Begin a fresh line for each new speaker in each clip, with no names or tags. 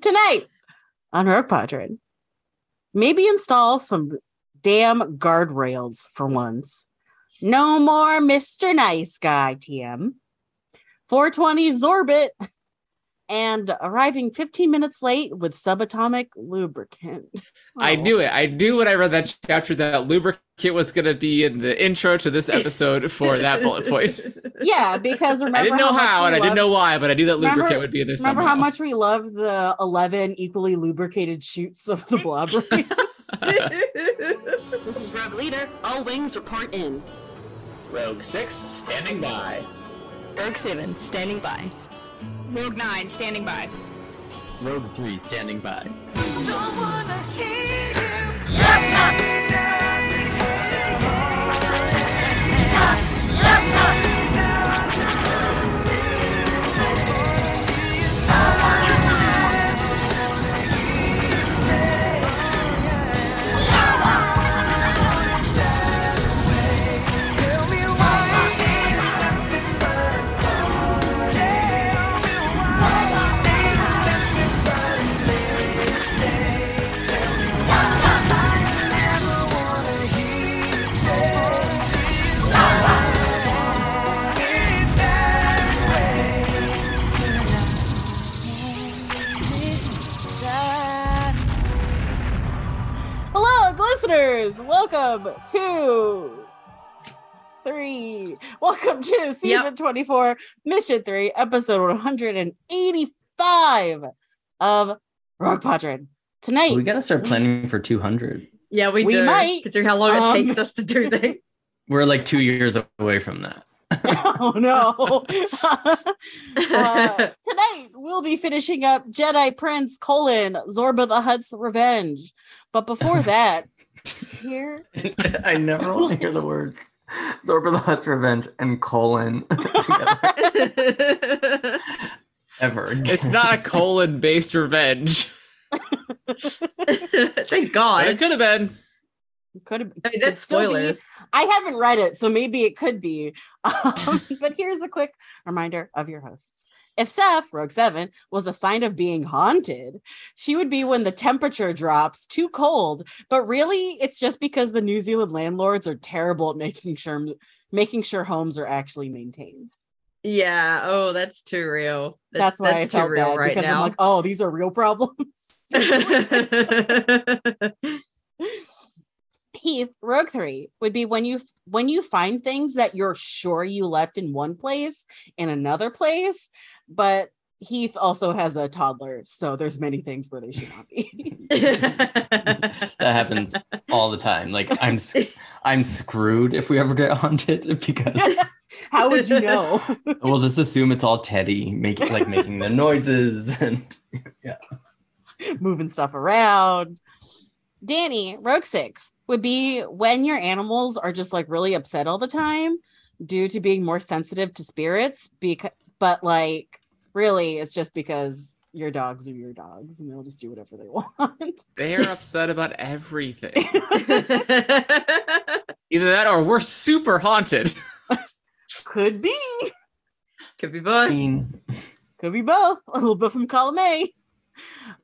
tonight on Road Padron. Maybe install some damn guardrails for once. No more Mr. Nice Guy TM. 420 Zorbit and arriving 15 minutes late with subatomic lubricant.
I
Oh.
knew it. I knew when I read that chapter that lubricant was going to be in the intro to this episode for that bullet point.
Yeah, because remember
I didn't know
much
how,
we
and I didn't
loved-
know why, but I knew that
Remember-
lubricant would be in there
Remember
somehow.
how much we loved the 11 equally lubricated shoots of the blob race?
This is Rogue Leader. All wings report in.
Rogue 6 standing by.
Rogue 7, standing by. Rogue 9, standing by.
Rogue 3 standing by.
Hello, listeners. Welcome to three. Welcome to season 24, mission three, episode 185 of Rogue Padron. Tonight,
We gotta start planning for 200.
Yeah, we,
We
do.
might.
Consider how long
Um,
it takes us to do things.
We're like two years away from that.
oh no. Uh, tonight we'll be finishing up Jedi Prince colon Zorba the Hutt's Revenge. But before that, here
I never want to hear the words Zorba the Hutt's Revenge and colon together ever. again.
It's not a colon based revenge.
Thank
But
God.
it could have been.
could have
I mean, that's spoilers.
I haven't read it, so maybe it could be. Um, but here's a quick reminder of your hosts. If Seth, Rogue Seven, was a sign of being haunted, she would be when the temperature drops too cold. But really, it's just because the New Zealand landlords are terrible at making sure making sure homes are actually maintained.
Yeah. Oh, that's too real.
That's, why I felt bad because I'm like, oh, these are real problems. Heath, Rogue Three would be when you when you find things that you're sure you left in one place in another place, but Heath also has a toddler, so there's many things where they should not be.
that happens all the time. Like I'm, s- I'm screwed if we ever get haunted because
How would you know?
we'll just assume it's all Teddy making like making the noises and
Moving stuff around. Danny, Rogue Six would be when your animals are just like really upset all the time due to being more sensitive to spirits. Because, but like, really, it's just because your dogs are your dogs and they'll just do whatever they want.
They're upset about everything. Either that or we're super haunted.
Could be.
Could be
Uh,
both.
being
Could be both. A little bit from column A.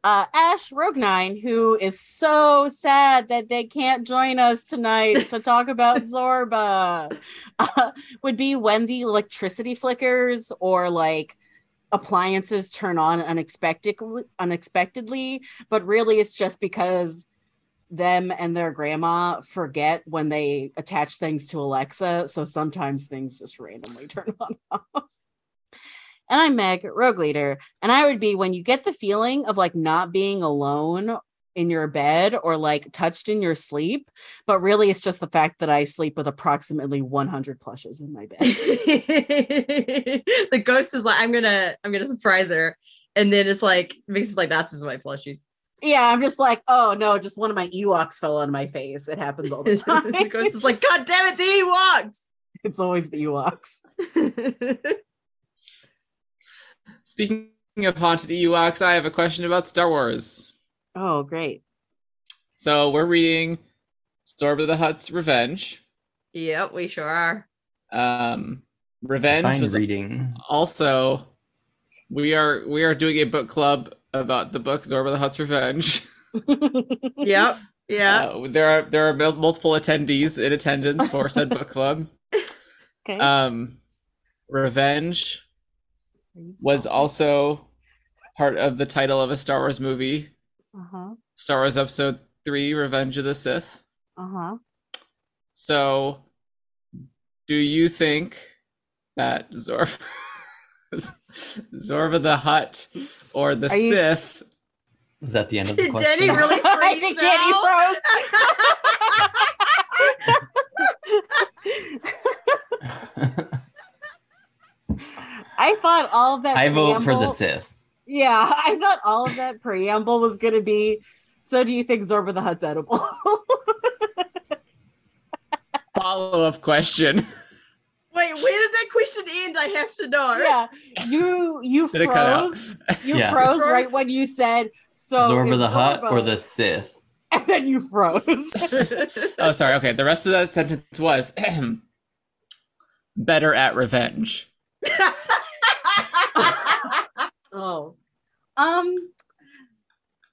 Uh, Ash Rogue Nine, who is so sad that they can't join us tonight to talk about Zorba, uh, would be when the electricity flickers or like appliances turn on unexpectedly, unexpectedly. But really, it's just because them and their grandma forget when they attach things to Alexa. So sometimes things just randomly turn on and I'm Meg, Rogue Leader, and I would be when you get the feeling of like not being alone in your bed or like touched in your sleep, but really it's just the fact that I sleep with approximately 100 plushes in my bed.
the ghost is like, I'm gonna, I'm gonna surprise her, and then it's like, makes it like, that's just my plushies.
yeah, I'm just like, oh no, just one of my Ewoks fell on my face. It happens all the time.
the ghost is like, "Oh." God damn it, the
it's always the Ewoks.
Ewoks.
Speaking of haunted Ewoks, I have a question about Star Wars.
Oh, great.
So we're reading Storm of the Hutt's Revenge.
yep, we sure are.
Um, Revenge
fine
was
reading.
also we are we are doing a book club about the book Zorba the Hutt's Revenge.
yep. Yeah.
Uh, there are there are mul- multiple attendees in attendance for said book club.
Okay.
Um, Revenge was also part of the title of a Star Wars movie,
uh-huh.
Star Wars Episode Three: Revenge of the Sith.
Uh-huh.
So, do you think that Zorba, Zorba the Hutt, or the
Are you-
Sith?
Was that the end of the
Did
question?
Danny really
I
freeze
think Danny
now?
froze. I thought all of that
I vote for the
preamble-
Sith.
Yeah, I thought all of that preamble was gonna be so do you think Zorba the Hutt's edible?
Follow up question.
Wait, where did that question end? I have to know.
yeah. You you
Did it cut out?
froze. You
Yeah.
froze
Froze.
right when you said so
Zorba
it's
the Hutt or
Zorba,"
the Sith?
and then you froze.
Oh, sorry. Okay. The rest of that sentence was better at revenge.
oh. Um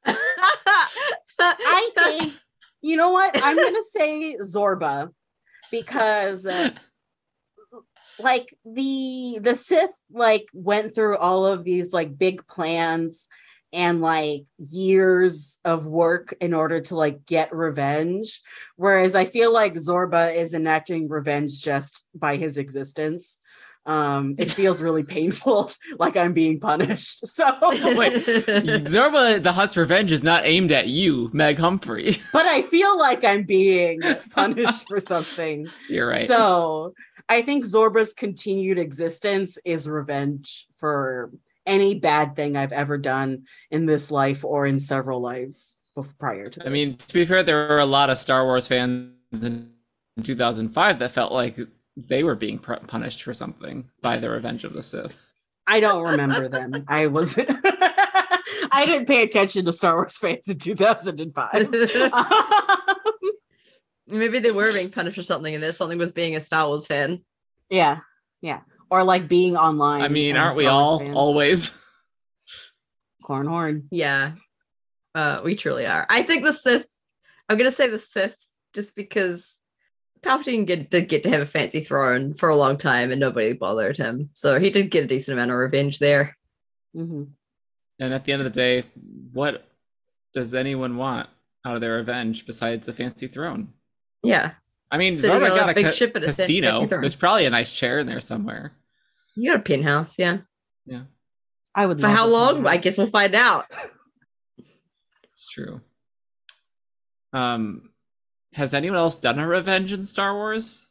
I think you know what? I'm gonna say Zorba because uh, like the the Sith like went through all of these like big plans and like years of work in order to like get revenge whereas i feel like zorba is enacting revenge just by his existence um it feels really painful like i'm being punished so
Zorba the Hutt's revenge is not aimed at you, Meg Humphrey.
but I feel like I'm being punished for something.
You're right.
So I think Zorba's continued existence is revenge for any bad thing I've ever done in this life or in several lives bef- prior to this.
I mean, to be fair, there were a lot of Star Wars fans in 2005 that felt like they were being pr- punished for something by the Revenge of the Sith.
I don't remember them. I was I didn't pay attention to Star Wars fans in 2005.
Maybe they were being punished for something, and that something was being a Star Wars fan.
yeah. Yeah. Or like being online.
I mean,
as a
aren't we
Star Wars
all
fan.
always?
cornhorn?
Yeah. Uh, we truly are. I think the Sith, I'm going to say the Sith just because Palpatine get, did get to have a fancy throne for a long time and nobody bothered him. So he did get a decent amount of revenge there.
Mhm.
And at the end of the day, what does anyone want out of their revenge besides a fancy throne?
Yeah.
I mean,
Sitting
Zorba
on a
got a
big
ca-
ship at a fancy
casino.
throne.
There's probably a nice chair in there somewhere.
You got a penthouse. Yeah.
I would
For
love
how
a
long? I
penthouse.
guess we'll find out.
It's true. Um, has anyone else done a revenge in Star Wars?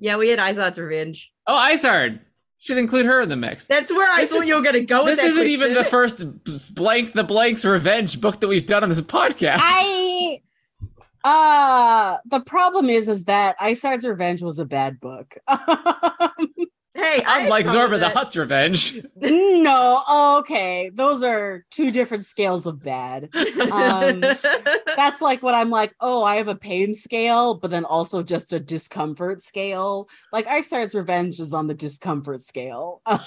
Yeah, we had Izard's revenge.
Oh, Izard should include her in the mix.
That's where I
This
thought
is-
you were going to go with
this
that
isn't even the
question.
first b- blank the blank's revenge book that we've done on this podcast.
I uh the problem is is that Isard's Revenge was a bad book.
Hey, I
Unlike
thought
Zorba the
that-
Hutt's revenge.
no, okay. Those are two different scales of bad. Um, That's like what I'm like, oh, I have a pain scale, but then also just a discomfort scale. Like Isard's Revenge is on the discomfort scale.
I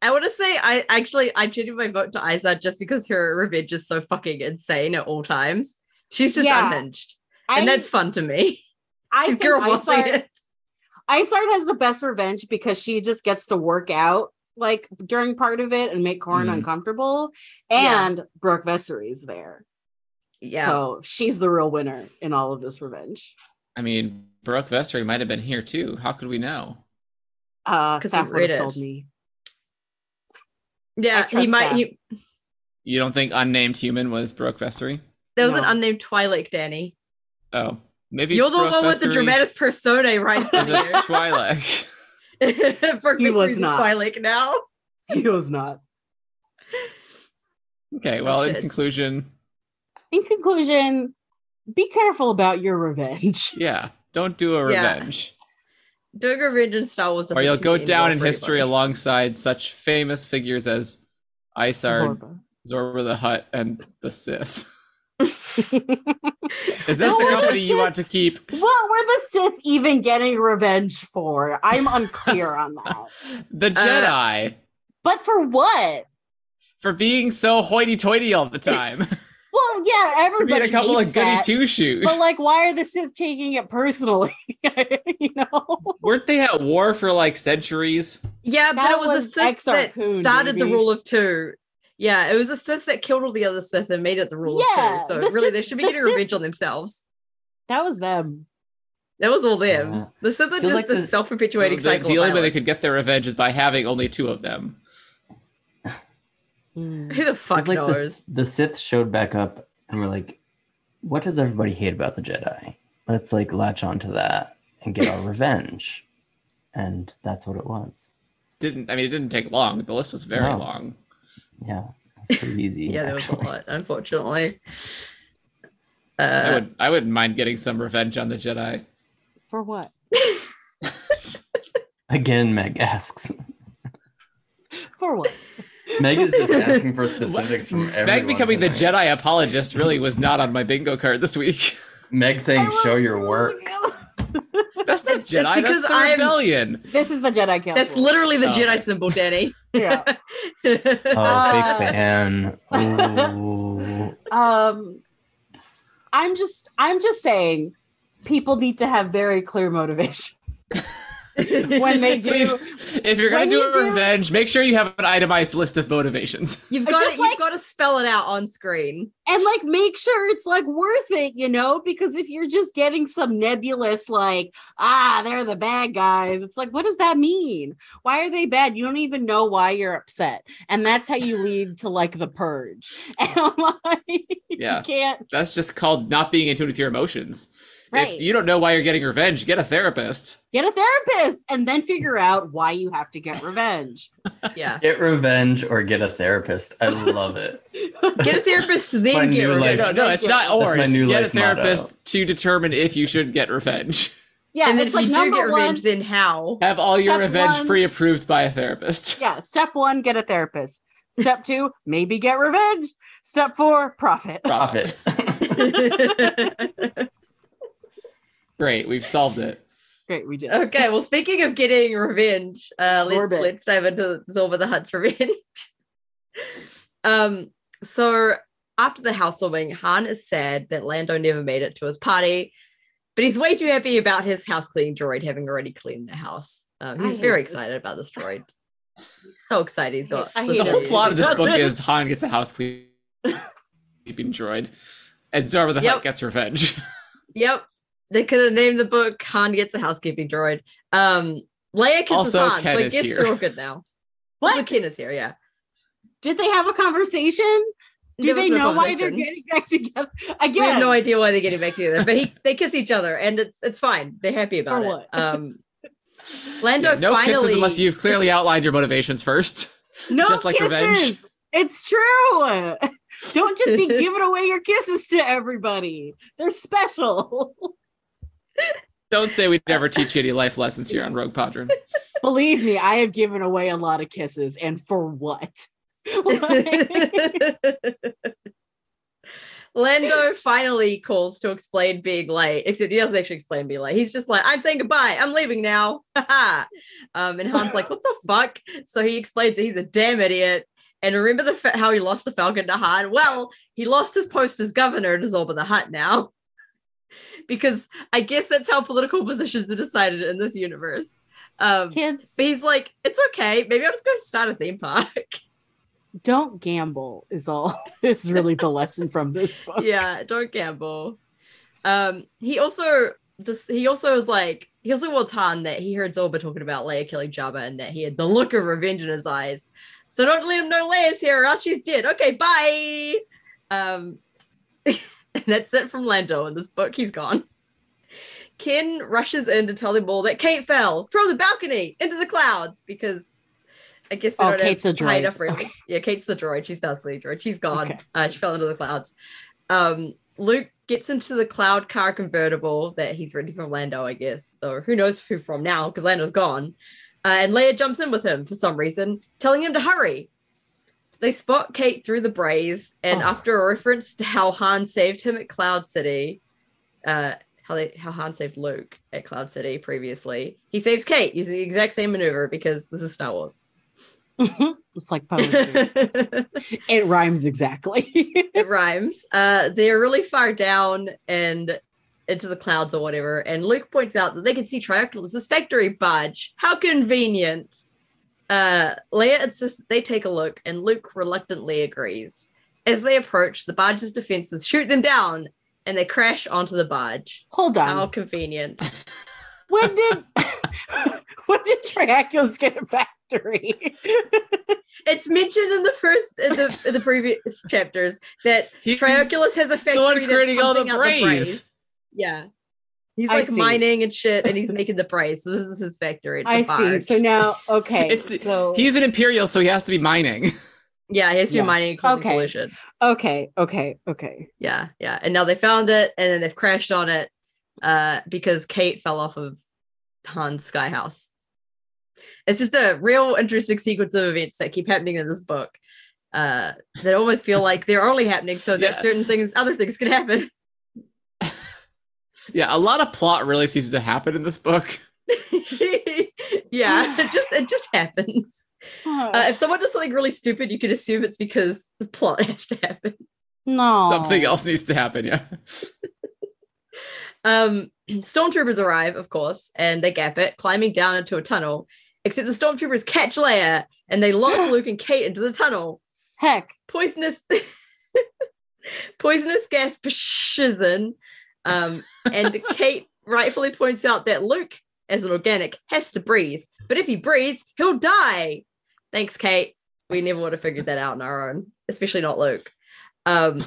want to say I actually I changed my vote to Izard just because her revenge is so fucking insane at all times. She's just
Yeah.
unhinged,
I-
and that's fun to me.
I
She's
think
girl bossing
Isard-
it.
Isard has the best revenge because she just gets to work out like during part of it and make Corin
Mhm.
uncomfortable.
Mm-hmm. Yeah.
And Brooke Vessery's there.
Yeah,
So she's the real winner in all of this revenge.
I mean, Brooke Vessery might have been here too. How could we know?
Uh
'Cause
Saf
we
would
read
have
it.
told me. I
yeah. He
trust
might.
Saf.
He,
You don't think unnamed human was Brooke Vessery?
there was an
No.
unnamed Twilight, Danny.
Oh, maybe
You're the
Brooke
one with the
Vessery
dramatis personae, right?
Is a Twi'lek.
there. Brooke
He was
Macy's
not.
Twilight now.
He was not.
Okay, well, in
shit.
conclusion,
In conclusion, be careful about your revenge.
yeah, don't do a
Yeah.
revenge,
Doing revenge in Star Wars,
or
doesn't
you'll
do
go
any
down
well
in
for
history
anybody.
alongside such famous figures as Isard,
Zorba.
Zorba the Hutt, and the Sith. Is that
No, what
the
is
company you
it?
want to keep?
What were the Sith even getting revenge for? I'm unclear on that.
The Jedi
But for what?
for being so hoity-toity all the time.
Well, yeah,
for being
everybody
a couple
hates
of goody
that.
two shoes.
But like, why are the Sith taking it personally? you know,
Weren't they at war for like centuries?
Yeah, but
That
it was, a
was
Sith
Exarch
that
Kun,
started
baby.
the rule of two. Yeah, it was a Sith that killed all the other Sith and made it the rule
Yeah,
of two. So
the
really,
Sith-
they should be
the
getting
Sith-
revenge on themselves.
that was them.
That was all them.
Yeah.
The Sith are
Feel
just
like
the,
the-
self-perpetuating
the,
cycle.
the
of
only way they
violence.
could get their revenge is by having only two of them.
Hmm.
Who the fuck
It's like the-
knows?
The, Sith showed back up and were like, what does everybody hate about the Jedi? Let's like latch onto that and get our revenge. And that's what it was.
Didn't I mean it didn't take long. The list was very
No.
long.
Yeah. It's pretty easy.
Yeah, there was a
actually.
lot, unfortunately.
I
Uh,
would I wouldn't mind getting some revenge on the Jedi.
For what?
Again, Meg asks.
For what?
Meg is just asking for specifics from everyone.
Meg becoming the
tonight.
Jedi apologist really was not on my bingo card this week.
Meg saying, "Show your work."
That's not
It's
Jedi.
because
that's the
I'm-
rebellion.
This is the Jedi Council.
that's literally the
Oh,
Jedi
okay.
symbol, Danny.
yeah.
Oh,
Uh,
big fan. Ooh.
Um, I'm just, I'm just saying, people need to have very clear motivation when they
Please,
do.
if you're gonna
When
do
you
a
do-
revenge, make sure you have an itemized list of motivations.
You've
Or
got
just
to,
like-
you've got to spell it out on screen.
and like make sure it's like worth it, you know, because if you're just getting some nebulous like ah they're the bad guys, it's like what does that mean? Why are they bad? You don't even know why you're upset. And that's how you lead to like the purge. And I'm like
Yeah.
you can't
That's just called not being in tune with your emotions.
right.
If you don't know why you're getting revenge, get a therapist.
get a therapist and then figure out why you have to get revenge.
Yeah.
Get revenge or get a therapist. I love it.
Get a therapist, then
Find
get
new,
rid
like-
of
No,
it.
no, it's not or.
That's my
It's
new
get a
life
therapist
motto.
to determine if you should get revenge.
Yeah,
and then
it's
if
like
you do
number
get
one,
revenge, then how?
Have all your
Step
revenge
one.
pre-approved by a therapist.
yeah, step 1 get a therapist. Step 2 maybe get revenge. Step 4 profit.
Profit.
Great, we've solved it.
Great, we did. it.
okay, well, speaking of getting revenge, uh, let's,
Zorbit.
let's dive into Zorba the Hutt's revenge. um, so after the housewarming, Han is sad that Lando never made it to his party, but he's way too happy about his house cleaning droid having already cleaned the house. Um,
I
he's
hate
very
this.
excited about this droid. He's so excited he's got
I hate- I
this
hate
The whole
droid.
plot of this book is Han gets a house clean- sleeping droid, and Zarba the
Yep.
Hutt gets revenge.
Yep. They could have named the book Han Gets a Housekeeping Droid. Um Leia kisses
Also,
Han,
Ken
so I
is
guess
here.
they're all good now.
What?
Also, Ken is here, yeah.
Did they have a conversation? Do
There was
they
no
know why they're
conversation.
getting back together?
We have
Again,
no idea why they're getting back together, but he, they kiss each other and it's it's fine. They're happy about
For
it.
what?
Um Lando
Yeah, no kisses
finally-
unless you've clearly outlined your motivations first.
no
just like
kisses.
revenge.
It's true. Don't just be giving away your kisses to everybody. They're special.
Don't say we never teach you any life lessons here on Rogue Padron.
Believe me, I have given away a lot of kisses, and for what? Like,
Lando finally calls to explain being late, except he doesn't actually explain being late. He's just like, I'm saying goodbye. I'm leaving now. um, and Han's like, what the fuck? So he explains that he's a damn idiot. And remember the fa- how he lost the Falcon to Han? Well, he lost his post as governor to Zorba the Hutt now. because I guess that's how political positions are decided in this universe. Um,
kids,
but he's like, it's okay. Maybe I'll just go start a theme park.
don't gamble. Is all. Is really the lesson from this book.
yeah, don't gamble. Um, he also this he also was like he also will Han that he heard Zorba talking about Leia killing Jabba and that he had the look of revenge in his eyes. So don't let him know Leia's here or else she's dead. Okay, bye. Um, and that's it from Lando in this book. He's gone. Ken rushes in to tell them all that Kate fell from the balcony into the clouds because I guess they
Oh,
don't have
Kate's a
high
droid.
enough room.
Okay.
Yeah, Kate's the droid. She's Darth Vader droid. She's gone.
Okay.
Uh, she fell into the clouds. Um, Luke gets into the cloud car convertible that he's renting from Lando, I guess, or who knows who from now because Lando's gone. Uh, and Leia jumps in with him for some reason, telling him to hurry. They spot Kate through the braes, and
Ugh.
after a reference to how Han saved him at Cloud City, uh, how they how Han saved Luke at Cloud City previously, he saves Kate using the exact same maneuver because this is Star Wars.
it's like poetry. it rhymes exactly.
it rhymes. Uh, they're really far down and into the clouds or whatever. And Luke points out that they can see Trioculus' factory barge. How convenient. Uh, Leia insists that they take a look, and Luke reluctantly agrees. As they approach, the barge's defenses shoot them down and they crash onto the barge.
Hold on.
How convenient.
When did when did Triaculus get a factory?
It's mentioned in the first, in the, in the previous chapters that
He's
Trioculus has a factory
one
that's
creating all the
pumping out
brays.
Yeah. He's
I
like
see.
mining and shit, and he's making the brace. So this is his factory. It's a
I see.
barge.
So now, okay,
It's the-
so
He's an imperial, so he has to be mining.
Yeah, he has to
Yeah.
be mining and causing
Okay.
collision.
okay, okay, okay.
Yeah, yeah. And now they found it, and then they've crashed on it uh, because Kate fell off of Han's skyhouse. It's just a real interesting sequence of events that keep happening in this book. Uh, that almost feel like they're only happening so that
Yeah.
certain things, other things, can happen.
Yeah, a lot of plot really seems to happen in this book.
yeah, it just it just happens. Uh, if someone does something really stupid, you can assume it's because the plot has to happen.
no,
Something else needs to happen, yeah.
Um, stormtroopers arrive, of course, and they gap it, climbing down into a tunnel. Except the stormtroopers catch Leia and they lock Luke and Kate into the tunnel.
Heck,
Poisonous, poisonous gas pushes in, um, and Kate rightfully points out that Luke, as an organic, has to breathe. But if he breathes, he'll die. Thanks, Kate. We never would have figured that out on our own, especially not Luke. Um,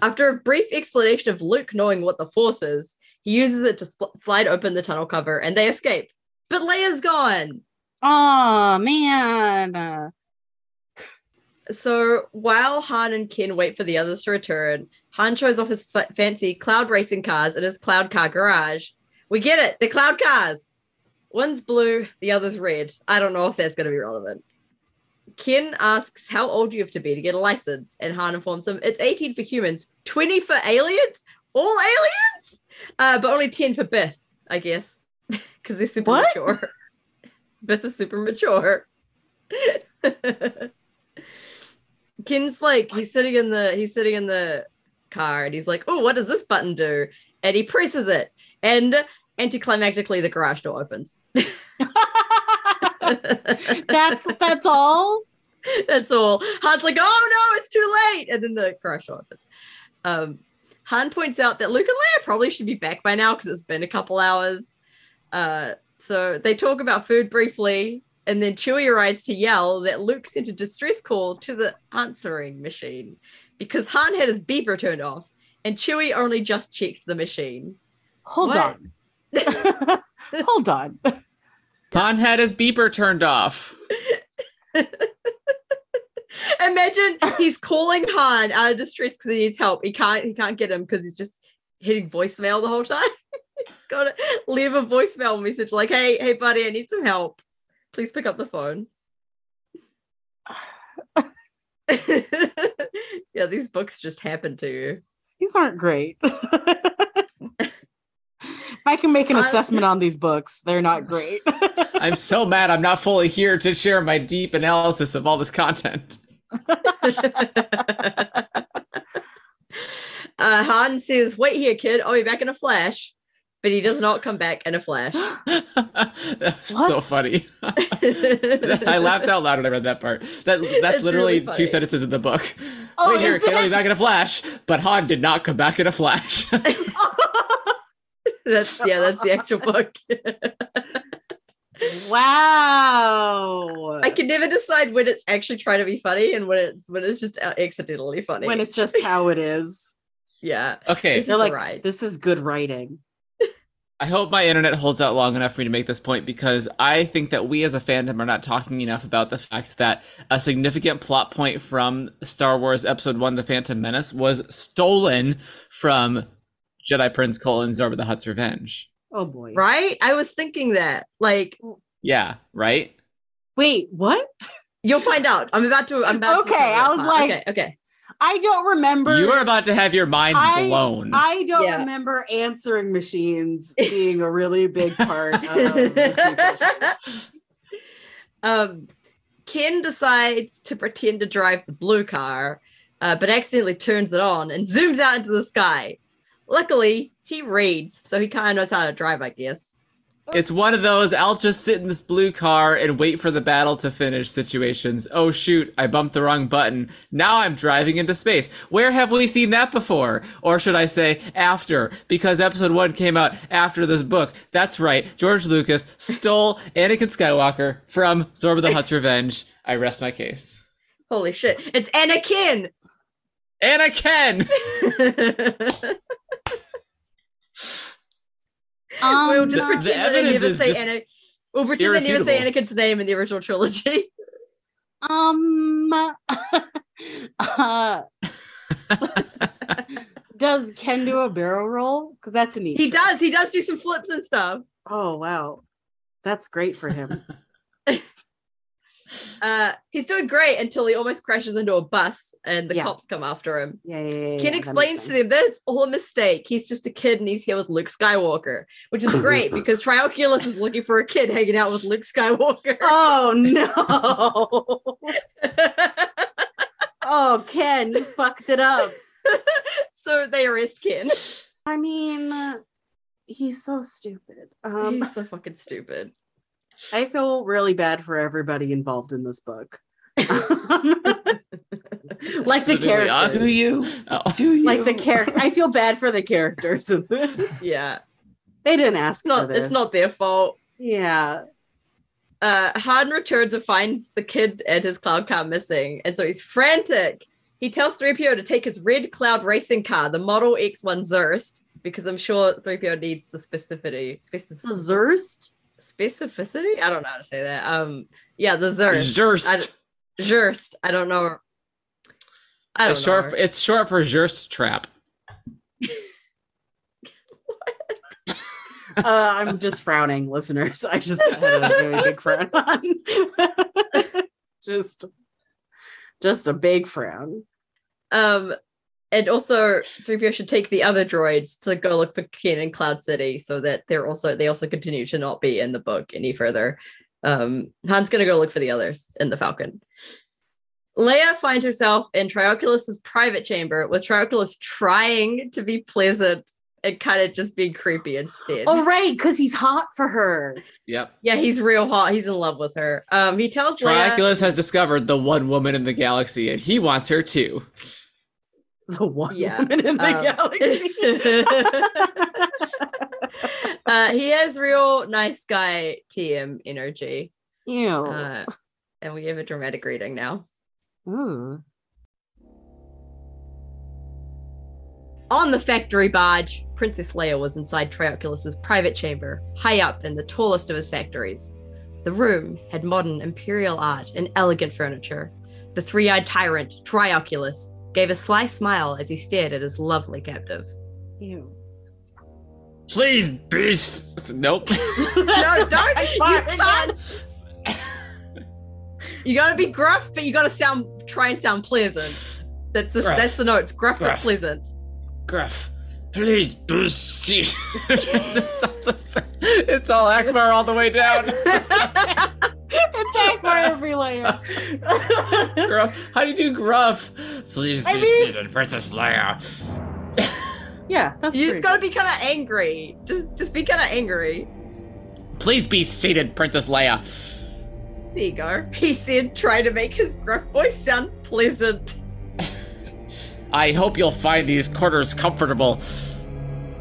after a brief explanation of Luke knowing what the force is, he uses it to spl- slide open the tunnel cover and they escape. But Leia's gone.
oh man, Uh,
So while Han and Ken wait for the others to return, Han shows off his fa- fancy cloud racing cars in his cloud car garage. We get it. They're cloud cars. One's blue, the other's red. I don't know if that's going to be relevant. Ken asks how old you have to be to get a license, and Han informs him it's 18 for humans, 20 for aliens, all aliens, uh, but only 10 for Bith, I guess, because they're super
What?
mature. Bith is super mature. Ken's like he's sitting in the he's sitting in the car and he's like, "Oh, what does this button do?" And he presses it, and anticlimactically, the garage door opens.
that's that's all.
That's all. Han's like, "Oh no, it's too late!" And then the garage door opens. Um, Han points out that Luke and Leia probably should be back by now because it's been a couple hours. Uh, so they talk about food briefly, and then Chewie arrives to yell that Luke sent a distress call to the answering machine because Han had his beeper turned off, and Chewie only just checked the machine.
Hold
What?
on, hold on.
Han had his beeper turned off.
Imagine he's calling Han out of distress because he needs help. He can't he can't get him because he's just hitting voicemail the whole time. he's gotta leave a voicemail message like, hey, hey buddy, I need some help. Please pick up the phone. yeah, these books just happen to you.
These aren't great. if I can make an
I-
assessment on these books, they're not great.
I'm so mad I'm not fully here to share my deep analysis of all this content.
uh, Han says, wait here, kid, I'll be back in a flash. But he does not come back in a flash.
that was so
What?
funny. I laughed out loud when I read that part. That that's
It's really
literally
funny.
two sentences in the book.
Oh,
Wait here,
is
can I
it?
be back in a flash? But Han did not come back in a flash.
that's yeah, that's the actual book.
wow.
I can never decide when it's actually trying to be funny and when it's when it's just out- accidentally funny.
when it's just how it is.
yeah,
okay,
It's
They're
just a
like,
ride.
this is good writing.
I hope my internet holds out long enough for me to make this point because I think that we as a fandom are not talking enough about the fact that a significant plot point from Star Wars Episode 1 The Phantom Menace was stolen from Jedi Prince colon Zorba the Hutt's Revenge.
Oh boy.
right. I was thinking that. Like,
Yeah, right?
Wait, what?
you'll find out. I'm about to. I'm about. to
Okay,
tell you
I
about
was
Han.
like-
okay, okay.
I don't remember.
You are about to have your minds
I-
blown.
I don't
Yeah.
remember answering machines being Um, a really big part of the sequel.
um, Ken decides to pretend to drive the blue car, uh, but accidentally turns it on and zooms out into the sky. Luckily, he reads, so he kind of knows how to drive, I guess.
It's one of those I'll just sit in this blue car and wait for the battle to finish situations. Oh shoot, I bumped the wrong button. Now I'm driving into space. Where have we seen that before? Or should I say after? Because episode 1 came out after this book. That's right. George Lucas stole Anakin Skywalker from Zorba the Hutt's Revenge. I rest my case.
Holy shit, it's Anakin!
Anakin!
Um,
we'll just
uh,
the
pretend that they
evidence
never
is
say
just
Anakin. We'll pretend they never say
irrefutable.
Anakin's name in the original trilogy.
Um. uh, does Ken do a barrel roll? Because that's a neat.
He does. He does do some flips and stuff.
Oh wow, that's great for him.
Uh, he's doing great until he almost crashes into a bus and the
Yeah.
cops come after him.
yeah, yeah, yeah, yeah, that
Ken
makes
explains to
sense.
them that it's all a mistake. He's just a kid and he's here with Luke Skywalker, which is great because Trioculus is looking for a kid hanging out with Luke Skywalker.
Oh no! oh Ken, you fucked it up.
so they arrest Ken.
I mean, uh, he's so stupid. Um,
he's so fucking stupid.
I feel really bad for everybody involved in this book. like the
Specifically us.
characters.
Do
you?
Oh.
Do you?
like the character i feel bad for the characters in this
Yeah.
they didn't ask
It's not
for this.
it's not their fault.
yeah
uh, Han returns and finds the kid and his cloud car missing, and so he's frantic. He tells 3PO to take his red cloud racing car, the Model X1 Zerst, because I'm sure 3PO needs the specificity. Specif-
the zerst
specificity? I don't know how to say that. Um, yeah, the Zerst. I d-
Zerst.
Zerst. I don't know. I don't
It's short,
know.
for, it's short for Zerst Trap.
uh, i'm just frowning listeners i just had a very big frown on just just a big frown
Um, and also 3PO should take the other droids to go look for Ken in Cloud City so that they're also they also continue to not be in the book any further. Um, Han's gonna go look for the others in the Falcon. Leia finds herself in Trioculus's private chamber with Trioculus trying to be pleasant and kind of just being creepy instead.
oh right because he's hot for her
Yep.
Yeah, he's real hot. He's in love with her. Um, he tells Leia.
Trioculus has discovered the one woman in the galaxy, and he wants her too.
the one
Yeah,
woman in the
um,
galaxy
uh, he has real nice guy TM energy.
ew
Uh, and we have a dramatic reading now.
Ooh.
On the factory barge, Princess Leia was inside Trioculus's private chamber, high up in the tallest of his factories. The room had modern imperial art and elegant furniture. The three-eyed tyrant, Trioculus, gave a sly smile as he stared at his lovely captive.
ew
Please, beast. Nope.
no,
That's
don't.
my
You,
fart
can't. You gotta be gruff, but you gotta sound try and sound pleasant. That's the,
Gruff.
that's the notes. Gruff, gruff.
Gruff.
but pleasant.
Gruff. Please, beast. it's all Akbar all the way down.
it's Akbar every layer
Gruff. How do you do, Gruff? Please
I
be
mean-
seated, Princess Leia.
yeah that's
you
pretty
just gotta be kind of angry. Just just be kind of angry.
Please be seated, Princess Leia.
There you go. He said, try to make his gruff voice sound pleasant.
I hope you'll find these quarters comfortable.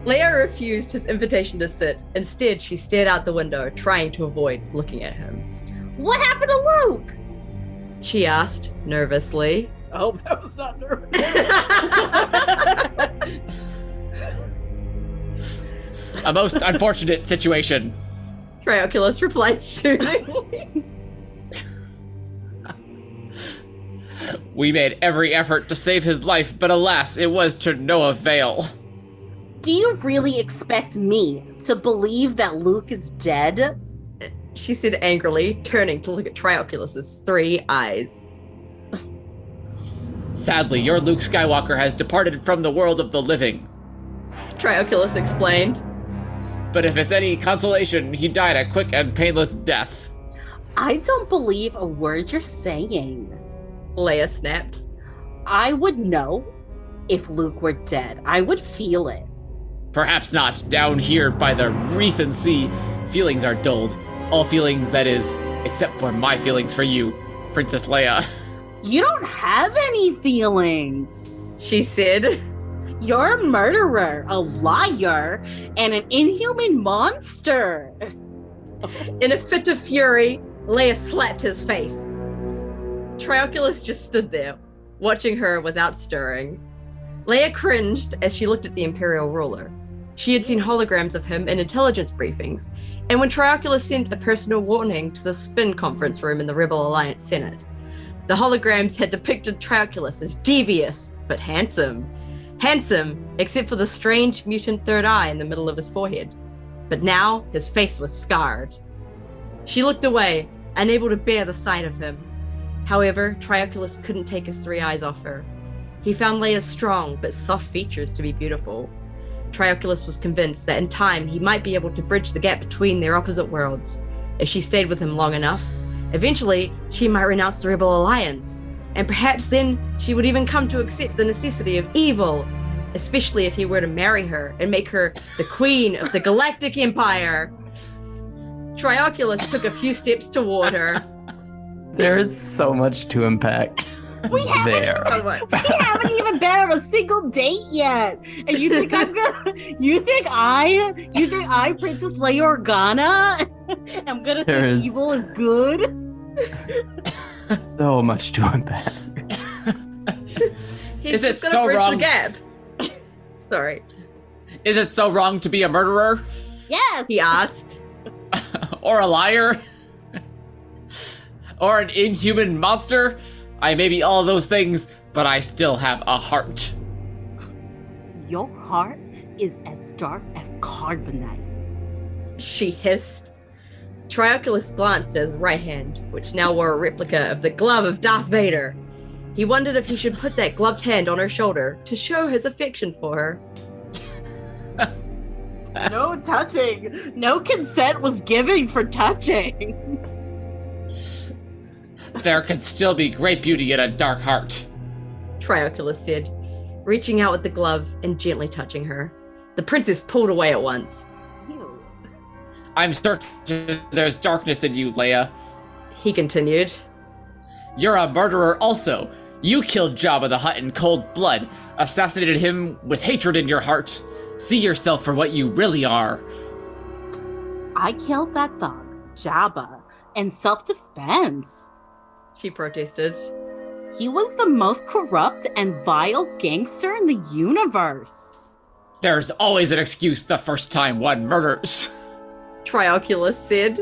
Leia refused his invitation to sit. Instead, she stared out the window, trying to avoid looking at him. What happened to Luke? She asked nervously.
I hope that was not nervous.
A most unfortunate situation.
Trioculus replied soothingly.
We made every effort to save his life, but alas, it was to no avail.
Do you really expect me to believe that Luke is dead?
she said angrily, turning to look at Trioculus's three eyes.
Sadly, your Luke Skywalker has departed from the world of the living.
Trioculus explained.
But if it's any consolation, he died a quick and painless death.
I don't believe a word you're saying.
Leia snapped.
I would know if Luke were dead. I would feel it.
Perhaps not down here by the wreath and sea. Feelings are dulled. All feelings, that is, except for my feelings for you, Princess Leia.
You don't have any feelings.
She said,
You're a murderer, a liar, and an inhuman monster.
in a fit of fury, Leia slapped his face. Trioculus just stood there, watching her without stirring. Leia cringed as she looked at the Imperial ruler. She had seen holograms of him in intelligence briefings, and when Trioculus sent a personal warning to the spin conference room in the Rebel Alliance Senate. The holograms had depicted Trioculus as devious, but handsome. Handsome, except for the strange mutant third eye in the middle of his forehead. But now his face was scarred. She looked away, unable to bear the sight of him. However, Trioculus couldn't take his three eyes off her. He found Leia's strong but soft features to be beautiful. Trioculus was convinced that in time he might be able to bridge the gap between their opposite worlds. If she stayed with him long enough, eventually she might renounce the Rebel Alliance, and perhaps then she would even come to accept the necessity of evil, especially if he were to marry her and make her the queen of the Galactic Empire. Trioculus took a few steps toward her.
There is so much to unpack
We haven't
there.
We haven't even been on a single date yet, and you think I'm gonna? You think I? You think I, Princess Leia Organa, am gonna
There
think
is-
evil is good?
So much to unpack.
He's
Is it
just gonna
so
bridge
wrong?
the gap. Sorry,
Is it so wrong to be a murderer?
Yes.
he asked.
or a liar? or an inhuman monster? I may be all those things, but I still have a heart.
Your heart is as dark as carbonite.
She hissed. Trioculus glanced at his right hand, which now wore a replica of the glove of Darth Vader. He wondered if he should put that gloved hand on her shoulder to show his affection for her.
No touching. No consent was given for touching.
There could still be great beauty in a dark heart.
Trioculus said, reaching out with the glove and gently touching her. The princess pulled away at once.
I'm certain there's darkness in you, Leia.
He continued,
You're a murderer also. You killed Jabba the Hutt in cold blood, assassinated him with hatred in your heart. See yourself for what you really are.
I killed that dog, Jabba, in self-defense.
she protested.
He was the most corrupt and vile gangster in the universe.
There's always an excuse the first time one murders.
Trioculus said,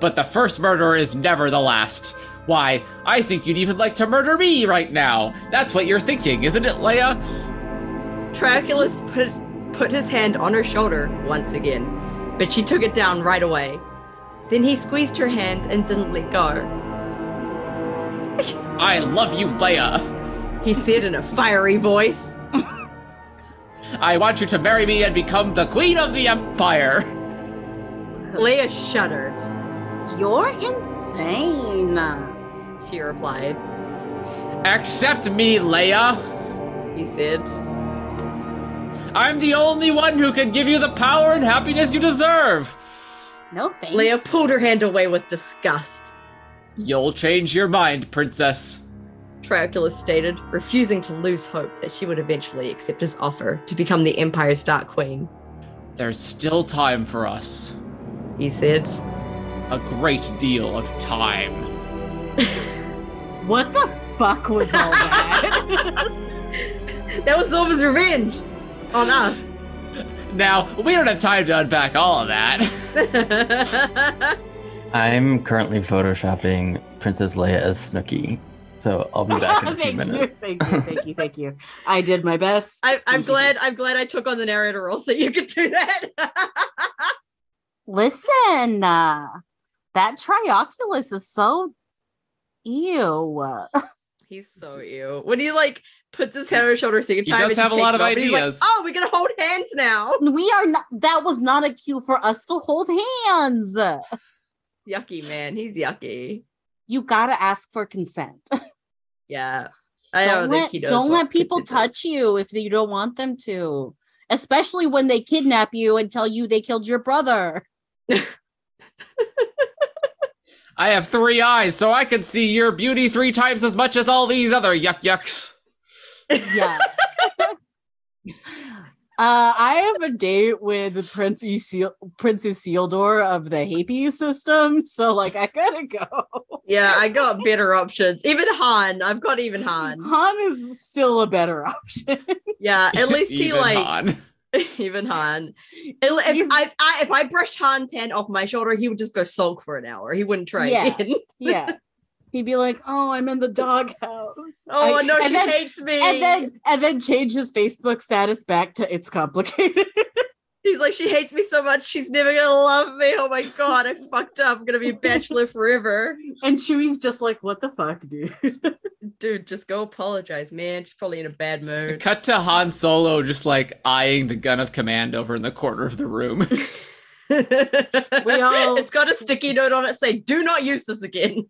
But the first murder is never the last. Why, I think you'd even like to murder me right now. That's what you're thinking, isn't it, Leia?
Trioculus put put his hand on her shoulder once again, but she took it down right away. Then he squeezed her hand and didn't let go.
I love you, Leia.
He said in a fiery voice.
I want you to marry me and become the queen of the empire.
Leia shuddered.
You're insane.
She replied.
Accept me, Leia.
He said,
I'm the only one who can give you the power and happiness you deserve.
No thanks.
Leia pulled her hand away with disgust.
You'll change your mind, princess.
Trioculus stated, refusing to lose hope that she would eventually accept his offer to become the Empire's Dark Queen.
There's still time for us.
He said,
A great deal of time.
What the fuck was all that?
That was Zorba's revenge on us.
Now, we don't have time to unpack all of that.
I'm currently photoshopping Princess Leia as Snooki, so I'll be back in a few
thank you,
minutes.
thank you, thank you, thank you. I did my best.
I, I'm
Mhm.
glad. I'm glad I took on the narrator role, so you could do that.
Listen, uh, that trioculus is so ew.
He's so you. When he like puts his hand on her shoulder second
He
time,
does
and she
have a
takes
lot of
it off, and he's like,
ideas.
oh, we're gonna hold hands now.
We are not. That was not a cue for us to hold hands.
yucky, man. He's yucky.
You gotta ask for consent.
Yeah. I
don't
don't,
let,
think he knows.
don't
what
let people
consent is.
touch you if you don't want them to especially when they kidnap you and tell you they killed your brother
I have three eyes, so I can see your beauty three times as much as all these other yuck yucks.
yeah Uh, I have a date with Prince Isil- Princess Sealdor of the Hapi system, so like I gotta go.
Yeah, I got better options. Even Han. I've got even Han.
Han is still a better option.
Yeah, at least he
Even
like
Han.
even Han. It, if
He's-
I, I if I brushed Han's hand off my shoulder, he would just go sulk for an hour. He wouldn't try
Yeah.
again.
yeah, he'd be like, "Oh, I'm in the doghouse."
Oh
I-
no,
and
she
then-
hates me.
and then and then change his Facebook status back to "It's complicated."
he's like, she hates me so much, she's never gonna love me. Oh my god, I fucked up. I'm gonna be a bachelor forever.
And Chewie's just like, what the fuck, dude?
Dude, just go apologize, man. She's probably in a bad mood.
Cut to Han Solo just like eyeing the gun of command over in the corner of the room.
We all-
it's got a sticky note on it saying, do not use this again.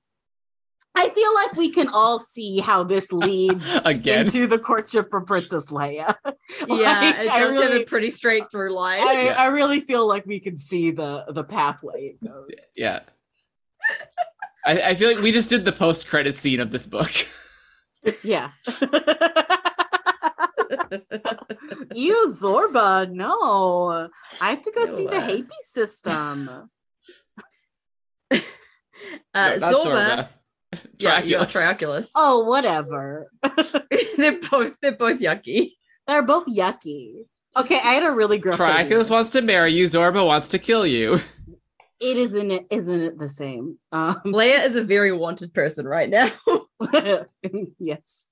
I feel like we can all see how this leads
Again.
into the courtship for Princess Leia. Like,
yeah, it does
I
have
really,
a pretty straight through line.
I,
Yeah.
I really feel like we can see the the pathway it goes.
Yeah. I, I feel like we just did the post credit scene of this book.
Yeah. you Zorba, no. I have to go see the
Ew.
Hapi system.
uh,
No, not
Zorba,
Zorba.
yeah, yeah,
Draculus.
Trioculus.
Oh, whatever.
they're both they're both yucky.
They're both yucky. Okay, I had a really gross idea.
Trioculus wants to marry you. Zorba wants to kill you.
It isn't it isn't it the same? Um
Leia is a very wanted person right now.
yes.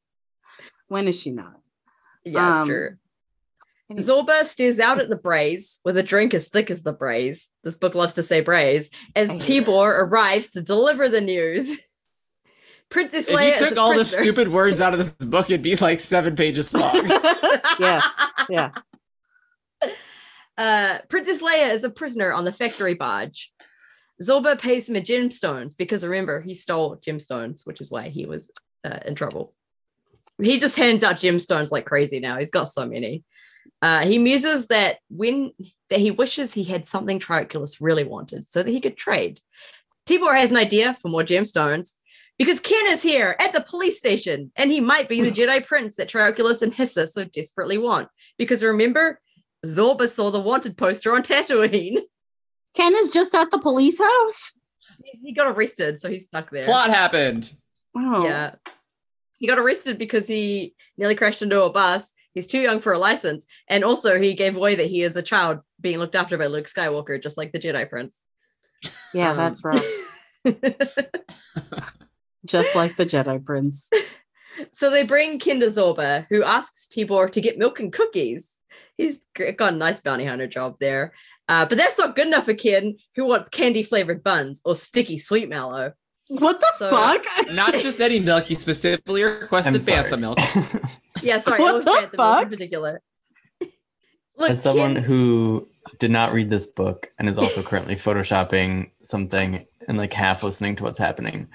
When is she not? Um,
yeah, it's true. Zorba stares out at the braise with a drink as thick as the braise. This book loves to say braise. As
I hate it.
Tibor arrives to deliver the news, Princess
if
Leia
you
is
took
a
all the
prisoner.
stupid words out of this book, it'd be like seven pages long.
Yeah, yeah.
Uh, Princess Leia is a prisoner on the factory barge. Zorba pays him in gemstones because remember he stole gemstones, which is why he was uh, in trouble. He just hands out gemstones like crazy now. He's got so many. Uh, he muses that when that he wishes he had something Trioculus really wanted so that he could trade. Tibor has an idea for more gemstones because Ken is here at the police station and he might be the Jedi prince that Trioculus and Hissa so desperately want. Because remember, Zorba saw the wanted poster on Tatooine.
Ken is just at the police house.
he got arrested, so he's stuck there.
Plot happened.
Wow.
Yeah. He got arrested because he nearly crashed into a bus. He's too young for a license. And also, he gave away that he is a child being looked after by Luke Skywalker, just like the Jedi Prince.
Yeah,
Um,
that's right. Just like the Jedi Prince.
So they bring Kinder Zorba, who asks Tibor to get milk and cookies. He's g- got a nice bounty hunter job there. Uh, but that's not good enough for Ken, who wants candy flavored buns or sticky sweet mallow.
What the
So-
fuck?
Not just any milk. He specifically requested
I'm sorry.
Bantha milk.
Yeah, sorry,
What
I was
the
bad the milk
fuck?
in particular. Look,
As someone
Ken-
who did not read this book and is also currently photoshopping something and like half listening to what's happening,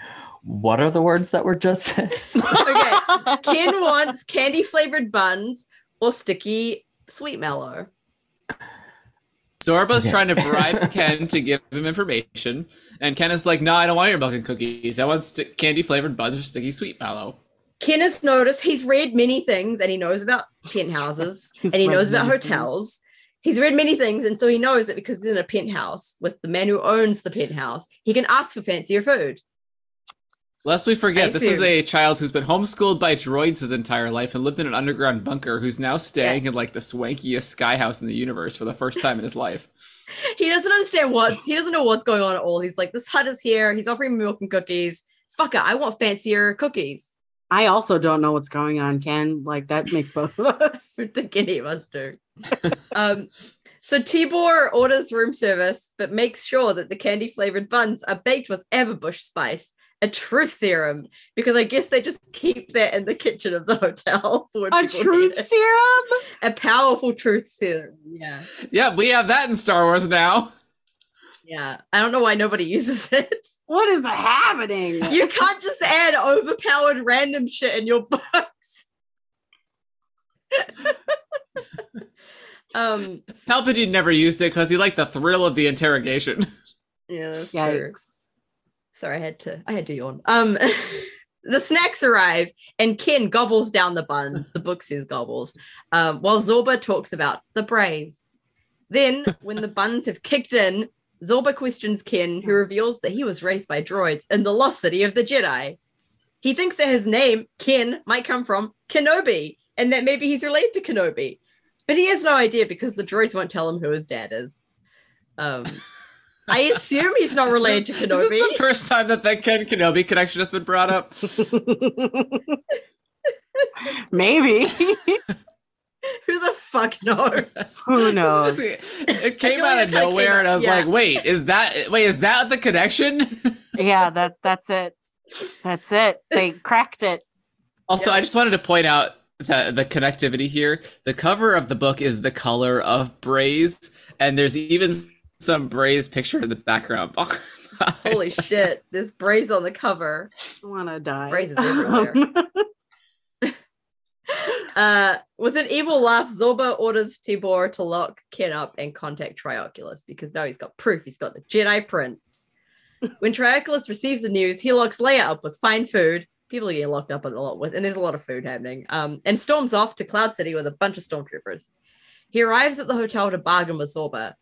what are the words that were just said?
okay, Ken wants candy flavored buns or sticky sweet mallow.
Zorba's
Okay.
trying to bribe Ken to give him information, and Ken is like, "No, I don't want your milk and cookies. I want st- candy flavored buns or sticky sweet mallow."
Ken has noticed he's read many things and he knows about
He's
penthouses
He's
and he
read
knows about
many things.
hotels. He's read many things, and so he knows that because he's in a penthouse with the man who owns the penthouse, he can ask for fancier food.
Lest we
I
forget, this is
assume.
a child who's been homeschooled by droids his entire life and lived in an underground bunker, who's now staying in like the swankiest sky house in the universe for the first time in his life.
He doesn't understand what's he doesn't know what's going on at all. He's like, this hut is here. He's offering me milk and cookies. Fucker, I want fancier cookies.
I also don't know what's going on, Ken. Like that makes both of us.
I think any of us do. um, so Tibor orders room service, but makes sure that the candy flavored buns are baked with Everbush spice, a truth serum, because I guess they just keep that in the kitchen of the hotel. For when
A
people
truth
need it.
serum?
a powerful truth serum. Yeah,
Yeah, we have that in Star Wars now.
Yeah. I don't know why nobody uses it.
What is happening?
You can't just add overpowered random shit in your books. um
Palpatine never used it because he liked the thrill of the interrogation.
yeah, that's true.
Yikes.
Sorry, I had to I had to yawn. Um the snacks arrive and Ken gobbles down the buns. The book says gobbles. Um, while Zorba talks about the braise. Then when the buns have kicked in, Zorba questions Ken, who reveals that he was raised by droids in the lost city of the Jedi. He thinks that his name, Ken, might come from Kenobi, and that maybe he's related to Kenobi. But he has no idea because the droids won't tell him who his dad is. Um, I assume he's not related to
Is
Kenobi.
this- Is this the first time that that Ken Kenobi connection has been brought up?
Maybe.
Who the fuck knows?
Who knows?
It's just- it came
feel like
out
it
of
kinda came
nowhere, and
out-
I was
yeah.
like, "Wait, is that wait is that the connection?"
yeah, that that's it. That's it. They cracked it.
also, I just wanted to point out that the connectivity here. The cover of the book is the color of braised, and there's even some braised picture in the background.
Holy shit, there's braise on the cover.
I wanna die.
Phrases everywhere. Uh, with an evil laugh, Zorba orders Tibor to lock Ken up and contact Trioculus because now he's got proof. He's got the Jedi Prince. when Trioculus receives the news, he locks Leia up with fine food. People get locked up a lot with, and there's a lot of food happening. Um, and storms off to Cloud City with a bunch of stormtroopers. He arrives at the hotel to bargain with Zorba.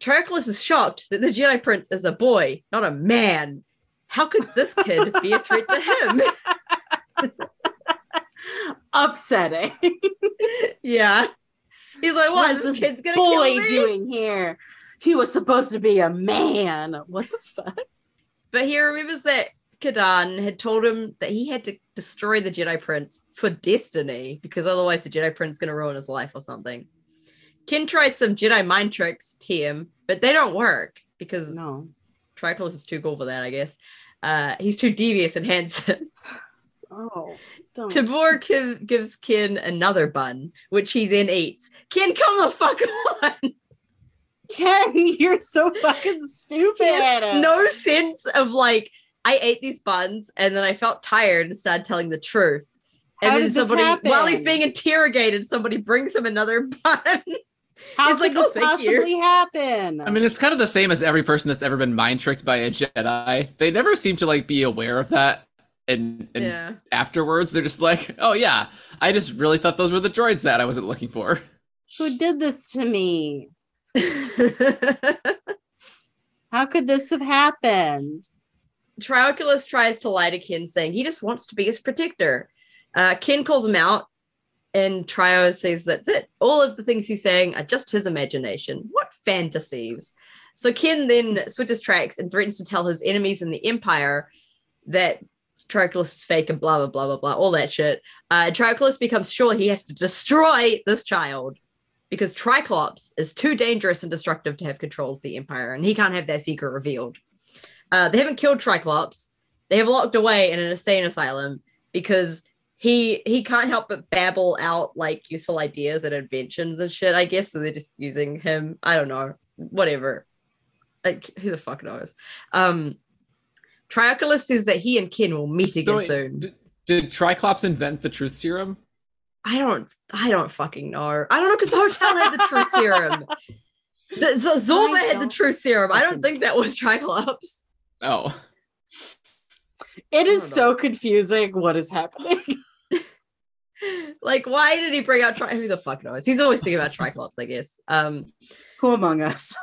Trioculus is shocked that the Jedi Prince is a boy, not a man. How could this kid be a threat to him?
Upsetting.
yeah. He's like,
What
what?
is this
This kid's gonna
Boy
kill me.
doing here. He was supposed to be a man. What the fuck?
But he remembers that Kadan had told him that he had to destroy the Jedi Prince for destiny, because otherwise the Jedi Prince is gonna ruin his life or something. Ken tries some Jedi mind tricks, TM, but they don't work because
No.
Triclops is too cool for that, I guess. Uh, he's too devious and handsome.
Hmm. Oh. Don't.
Tabor giv- gives Ken another bun, which he then eats. Ken, come the fuck on!
Ken, you're so fucking
He
stupid.
has no sense of like, I ate these buns and then I felt tired and started telling the truth. And
How
then
did this
somebody,
happen?
while he's being interrogated, somebody brings him another bun.
How
He's
could
like,
this
"Oh, thank you."
possibly happen?
I mean, it's kind of the same as every person that's ever been mind tricked by a Jedi. They never seem to like be aware of that, and, and
yeah.
afterwards they're just like, "Oh yeah, I just really thought those were the droids that I wasn't looking for."
who did this to me? How could this have happened?
Trioculus tries to lie to Ken, saying he just wants to be his protector. Uh, Ken calls him out, and Trio says that, that all of the things he's saying are just his imagination. What fantasies? So Ken then switches tracks and threatens to tell his enemies in the Empire that Trioculus is fake and blah, blah, blah, blah, blah, all that shit. Uh, Trioculus becomes sure he has to destroy this child because Triclops is too dangerous and destructive to have control of the Empire, and he can't have that secret revealed. Uh, they haven't killed Triclops. They have locked away in an insane asylum because he he can't help but babble out like useful ideas and inventions and shit. I guess so they're just using him. I don't know. Whatever. Like who the fuck knows? Um, Trioculus says that he and Ken will meet again
So wait,
soon.
d- did Triclops invent the truth serum?
I don't I don't fucking know. I don't know because the hotel had the true serum. The, Z- Zorba
I
had the
don't
true serum. I don't
fucking-
think that was Triclops.
Oh,
It is
I don't
so confusing what is happening.
Like, why did he bring out Tri? Who the fuck knows? He's always thinking about Triclops, I guess. Um,
Who among us?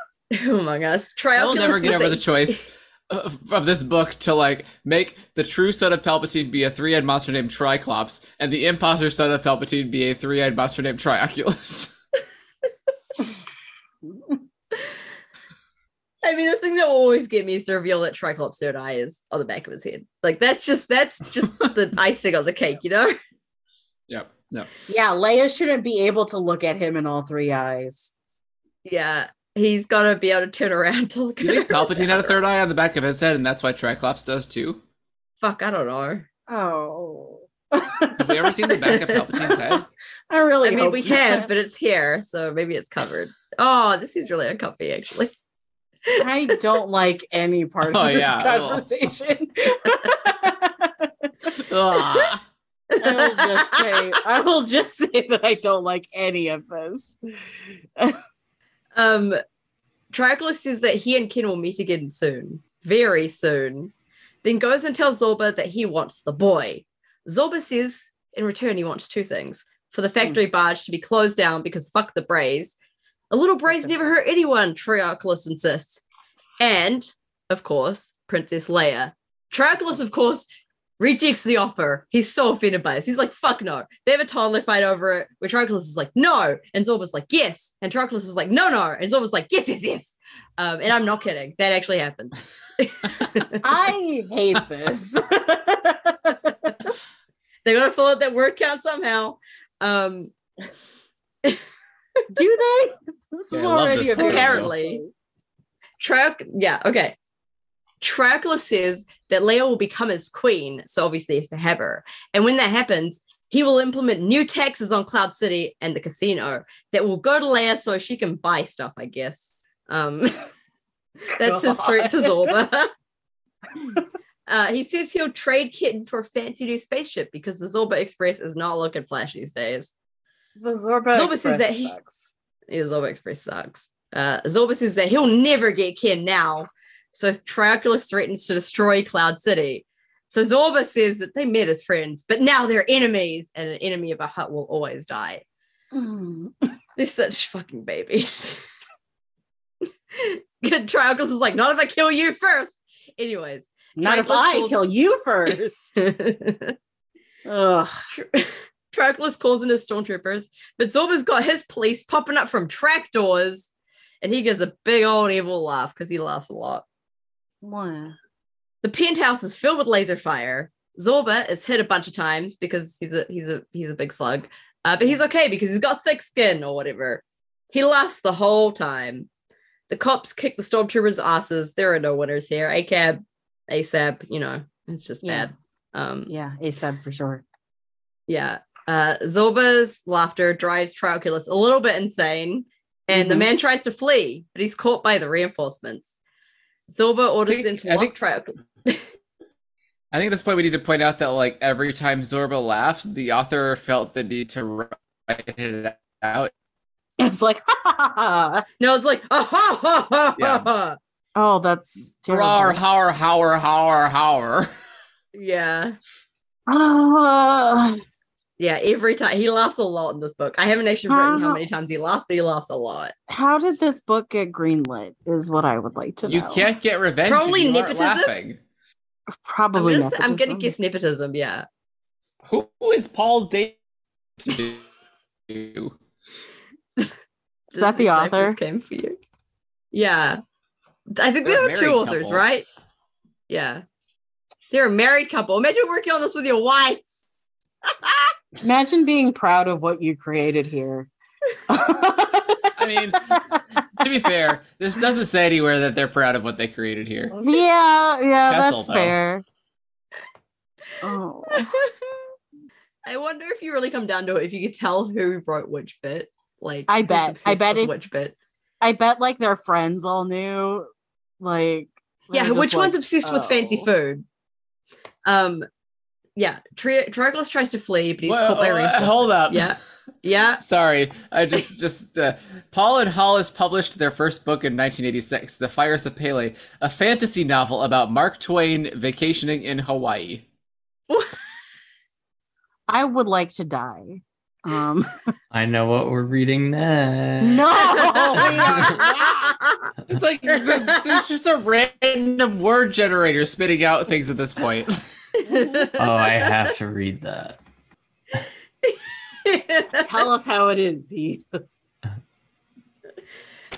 who among us?
I will
Trioculus
never get
is
over the choice of, of this book to like make the true son of Palpatine be a three-eyed monster named Triclops, and the imposter son of Palpatine be a three-eyed monster named Trioculus.
I mean, the thing that will always get me is to reveal that Triclops' third eye is on the back of his head. Like, that's just that's just the icing on the cake, you know?
yep. Yep.
Yeah, Leia shouldn't be able to look at him in all three eyes.
Yeah, he's gotta be able to turn around to look
Do you
at
think
her.
Palpatine had a third eye on the back of his head, and that's why Triclops does too?
Fuck, I don't know.
Oh.
Have we ever seen the back of Palpatine's head?
I really
I mean,
hope
we
not.
have, but it's here, so maybe it's covered. Oh, this is really uncomfy, actually.
I don't like any part
Oh,
of this
yeah.
conversation.
Ugh.
I will just say, I will just say that I don't like any of this.
Um, Tragulus says that he and Ken will meet again soon, very soon. Then goes and tells Zorba that he wants the boy. Zorba says in return he wants two things: for the factory barge to be closed down because fuck the Brays. A little Brays never hurt anyone. Trioculus insists, and of course Princess Leia. Trioculus, of course. Rejects the offer. He's so offended by this. He's like, fuck no. They have a toddler fight over it where Trioculus is like, no. And Zorba's like, yes. And Trioculus is like, no, no. And Zorba's like, yes, yes, yes. Um, and I'm not kidding. That actually happens.
I hate this.
They're gonna fill out that word count somehow. Um,
Do they? This
Yeah,
is
I love
already
this
a very-
Apparently. Trioc- yeah, okay. Trioculus says that Leia will become his queen, so obviously he has to have her. And when that happens, he will implement new taxes on Cloud City and the casino that will go to Leia so she can buy stuff, I guess. Um, that's his threat to Zorba. uh, he says he'll trade Kitten for a fancy new spaceship because the Zorba Express is not looking flash these days.
The Zorba,
Zorba
Express
says that he-
sucks.
Yeah, Zorba Express sucks. Uh, Zorba says that he'll never get Ken now, so Trioculus threatens to destroy Cloud City. So Zorba says that they met as friends, but now they're enemies, and an enemy of a hut will always die. Hmm.
Mm.
They're such fucking babies. Good Trioculus is like, not if I kill you first. Anyways,
Not if
Trioculus
I
calls-
kill you first. Ugh.
Tr- Trackless calls in his stormtroopers, but Zorba's got his police popping up from trapdoors, and he gives a big old evil laugh because he laughs a lot.
Mwah.
The penthouse is filled with laser fire. Zorba is hit a bunch of times because he's a he's a he's a big slug, uh, but he's okay because he's got thick skin or whatever. He laughs the whole time. The cops kick the stormtroopers' asses. There are no winners here. ACAB, ASAP, you know, it's just
Yeah.
bad. Um,
Yeah, ASAP for sure.
yeah. Uh, Zorba's laughter drives Trioculus a little bit insane, and the
Mm-hmm.
Mhm.
man tries to flee, but he's caught by the reinforcements. Zorba orders
think-
them to
I
lock
think-
Trioculus.
I think at this point we need to point out that like every time Zorba laughs, the author felt the need to write it out.
It's like, oh, ha ha ha. ha.
No, it's like, ah, ha, ha, ha,
Yeah.
ha, ha.
Oh, that's
Rawr,
terrible.
hower, hower, hower, hower.
Yeah.
Ah.
Yeah. Every time he laughs a lot in this book. I haven't actually written how
How-
many times he laughs, but he laughs a lot.
how did this book get greenlit? Is what I would like to know.
You can't get revenge. Probably
Probably
if you aren't
nepotism?
laughing.
I'm
probably.
gonna, say, I'm gonna
nepotism.
guess nepotism. Yeah.
Who is Paul Day to?
Is that the
Disciples
author?
Came for you. Yeah. I think
They're
there
a
were two
married
authors,
couple.
right? Yeah. They're a married couple. Imagine working on this with your wife.
Imagine being proud of what you created here.
I mean, to be fair, this doesn't say anywhere that they're proud of what they created here.
yeah, yeah,
Castle,
that's
though.
fair. Oh,
I wonder if you really come down to it, if you could tell who wrote which bit. Like
I
who's
bet- I
obsessed
bet
with
if-
which bit.
I bet like their friends all knew, like they
yeah
were
which
just
one's
like,
obsessed with fancy
"Oh."
food um yeah Tri- Triglass tries to flee but he's
Well,
caught by
uh,
reinforcements.
hold up.
yeah yeah
Sorry, I just just uh, Paul and Hollis published their first book in 1986, *The Fires of Pele*, a fantasy novel about Mark Twain vacationing in Hawaii.
I would like to die. Um,
I know what we're reading next.
Oh, no,
It's like th- there's just a random word generator spitting out things at this point.
Oh, I have to read that.
tell us how it is. He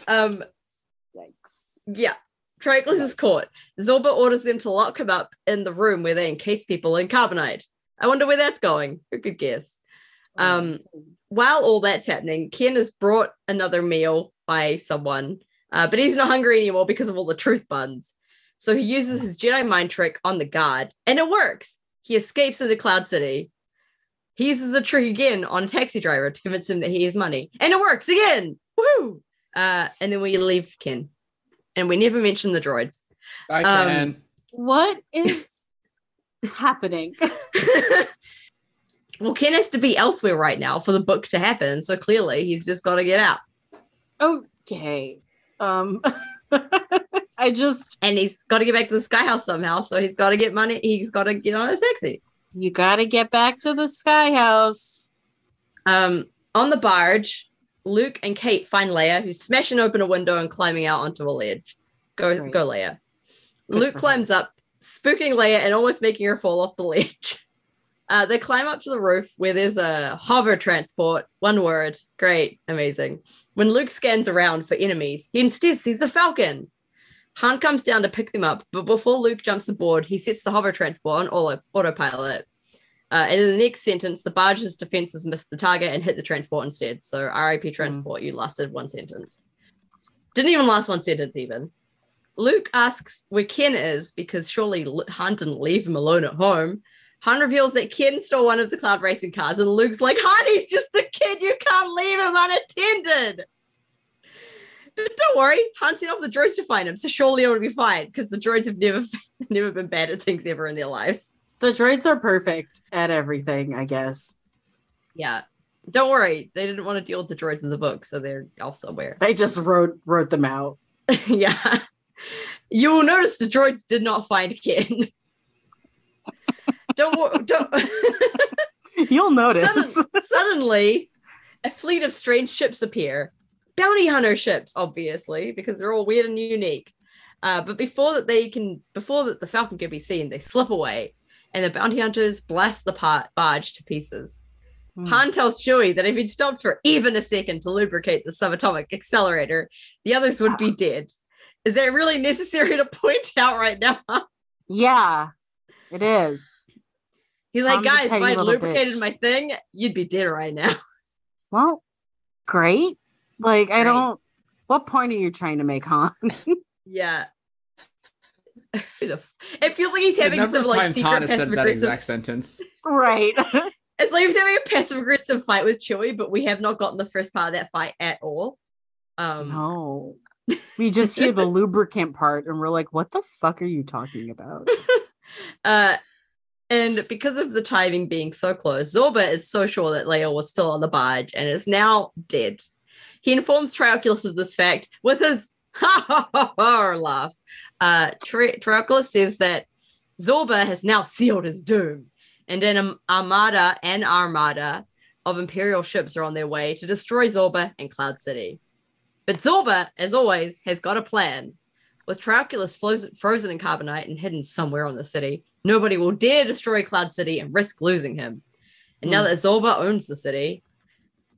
um
yikes.
yeah Triglass is caught zorba orders them to lock him up in the room where they encase people in carbonite i wonder where that's going who could guess Um, while all that's happening, Ken has brought another meal by someone, uh, but he's not hungry anymore because of all the truth buns. So he uses his Jedi mind trick on the guard, and it works. He escapes into Cloud City. He uses the trick again on a taxi driver to convince him that he has money, and it works again. Woo! Uh, and then we leave Ken. and we never mentioned the droids.
Bye,
Um,
Ken.
What is happening?
well, Ken has to be elsewhere right now for the book to happen, so clearly he's just got to get out,
Okay. Um I just
and he's got to get back to the Sky House somehow. So he's got to get money. He's got to get on a taxi.
you gotta get back to the sky house.
Um, on the barge, Luke and Kate find Leia, who's smashing open a window and climbing out onto a ledge. Go,
Great.
go, Leia.
Good
Luke
for her.
climbs up, spooking Leia and almost making her fall off the ledge. Uh, they climb up to the roof where there's a hover transport. One word. Great. Amazing. When Luke scans around for enemies, he instead sees a falcon. Han comes down to pick them up, but before Luke jumps aboard, he sets the hover transport on auto- autopilot. Uh, and in the next sentence, the barge's defenses missed the target and hit the transport instead. So
Hmm.
RIP transport, you lasted one sentence. Didn't even last one sentence, even. Luke asks where Ken is because surely L- Han didn't leave him alone at home. Han reveals that Ken stole one of the cloud racing cars, and Luke's like, Han, he's just a kid. You can't leave him unattended. But don't worry, Han sent off the droids to find him, so surely it'll be fine because the droids have never, never been bad at things ever in their lives.
The droids are perfect at everything, I guess.
Yeah. Don't worry, they didn't want to deal with the droids in the book, so they're off somewhere.
They just wrote wrote them out.
yeah. You will notice the droids did not find Ken. don't wor- don't
You'll notice.
Sudden- suddenly a fleet of strange ships appear. Bounty hunter ships, obviously, because they're all weird and unique. Uh, but before that they can before that the Falcon can be seen, they slip away and the bounty hunters blast the par- barge to pieces.
Hmm.
Hmm.
Han tells Chewie that if he'd stopped for even a second to lubricate the subatomic accelerator, the others would
Ah.
be dead. Is that really necessary to point out right now?
yeah, it is.
He's like,
Han's a
guys, if
petty
I would
little
lubricated
bitch."
my thing, you'd be dead right now.
Well, great. Like I
Great.
don't what point are you trying to make, Han?
yeah. Who the f- it feels like he's
The
having
number
some
of
like
times
secret
Han has said
passive
that
aggressive.
exact sentence.
right.
It's like he's having a passive aggressive fight with Chewie, but we have not gotten the first part of that fight at all. Um,
no. We just hear the lubricant part and we're like, what the fuck are you talking about?
Uh, and because of the timing being so close, Zorba is so sure that Leia was still on the barge and is now dead. He informs Trioculus of this fact with his ha ha ha, ha laugh. Uh, Tri- Trioculus says that Zorba has now sealed his doom, and an am- armada and armada of Imperial ships are on their way to destroy Zorba and Cloud City. But Zorba, as always, has got a plan. With Trioculus frozen, frozen in carbonite and hidden somewhere on the city, nobody will dare destroy Cloud City and risk losing him. And now
Hmm.
that Zorba owns the city,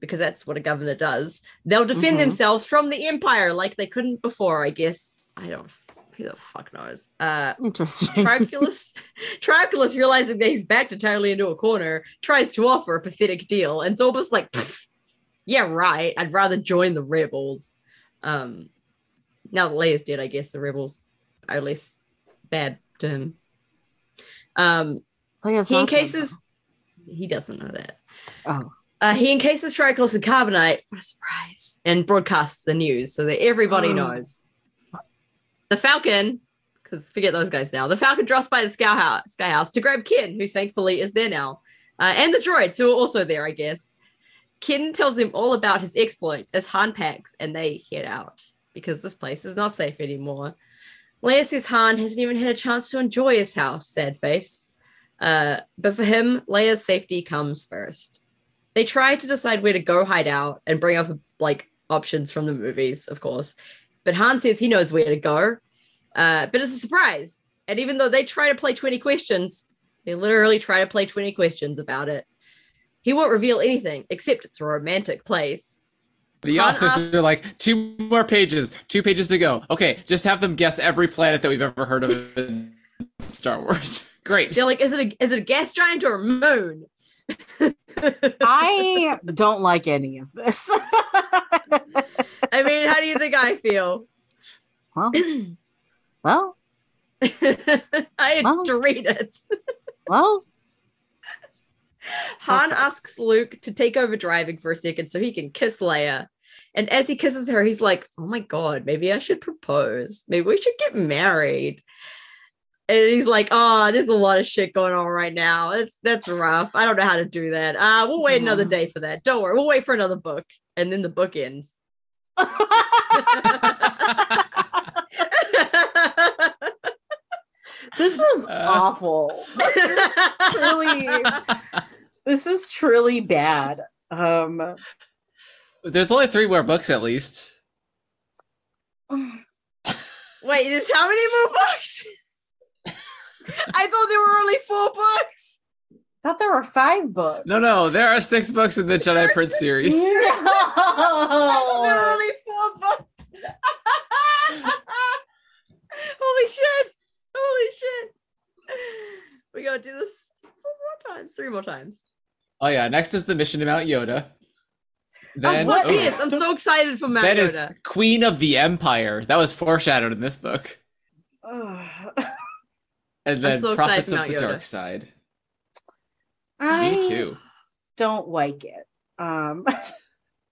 because that's what a governor does, they'll defend
Mhm.
themselves from the Empire like they couldn't before, I guess. I don't, who the fuck knows? Uh,
Interesting.
Trioculus, Trioculus realizing that he's backed entirely into a corner, tries to offer a pathetic deal, and Zorba's like, "Pfft, "Yeah, right. I'd rather join the rebels." Um, now that Leia's dead, I guess the rebels are less bad to him. Um,
Like, it's
he
not them.
encases. He doesn't know that.
Oh.
Uh, he encases Triclops in carbonite. What a surprise! And broadcasts the news so that everybody
Oh.
knows. The Falcon, because forget those guys now. The Falcon drops by the Sky House, Sky House to grab Ken, who thankfully is there now, uh, and the droids who are also there, I guess. Ken tells them all about his exploits as Han packs, and they head out because this place is not safe anymore. Leia says Han hasn't even had a chance to enjoy his house. Sad face. Uh, but for him, Leia's safety comes first. They try to decide where to go hide out and bring up like options from the movies, of course. But Han says he knows where to go. Uh, but it's a surprise. And even though they try to play 20 questions, they literally try to play 20 questions about it. He won't reveal anything except it's a romantic place.
The
Han
authors are like, two more pages, two pages to go. Okay, just have them guess every planet that we've ever heard of in Star Wars. Great.
They're like, is it a, is it a gas giant or a moon?
I don't like any of this.
I mean, how do you think I feel?
well, well,
I
Well.
had to read it.
well,
Han
That's-
asks Luke to take over driving for a second so he can kiss Leia. And as he kisses her, he's like, oh my God, maybe I should propose. Maybe we should get married. And he's like, oh, there's a lot of shit going on right now. That's that's rough. I don't know how to do that. Uh, we'll wait another
Yeah.
day for that. Don't worry. We'll wait for another book. And then the book ends.
this is
Uh.
awful. Truly, this is truly bad. Um,
There's only three more books at least.
Wait, there's how many more books? I thought there were only four books.
thought there were five books.
No, no, there are six books in the Jedi Prince series.
I thought there were
No.
only four books. Holy shit. Holy shit. We gotta do this four more times, three more times.
Oh yeah, next is the mission to Mount Yoda.
Of
Then,
what
oh,
okay.
is? I'm so excited for Mount
then is
Yoda.
Queen of the Empire. That was foreshadowed in this book.
Ugh.
And then
so excited
Prophets
for
of
Mount
the
Yoda.
Dark Side.
I
Me too.
don't like it. Um,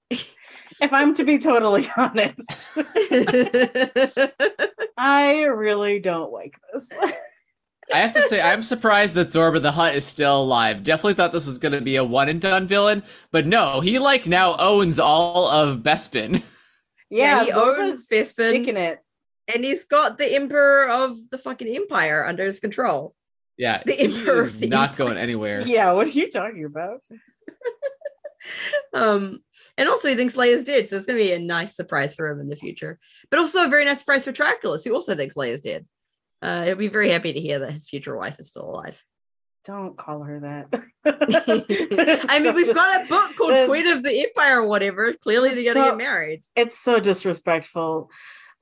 if I'm to be totally honest, I really don't like this.
I have to say, I'm surprised that Zorba the Hutt is still alive. Definitely thought this was going to be a one and done villain, but no, he like now owns all of Bespin.
Yeah,
Yeah,
he
Zorba's
owns Bespin.
sticking it.
and he's got the Emperor of the fucking Empire under his control.
Yeah,
The
he
Emperor
is
of the
not going anywhere.
Yeah, what are you talking about?
Um, and also he thinks Leia's dead, so it's gonna be a nice surprise for him in the future. But also a very nice surprise for Tractulus, who also thinks Leia's dead. Uh, he'll be very happy to hear that his future wife is still alive.
Don't call her that.
I mean, we've got a book called
Yes.
Queen of the Empire or whatever. Clearly, they're gonna
So-
get married.
It's so disrespectful.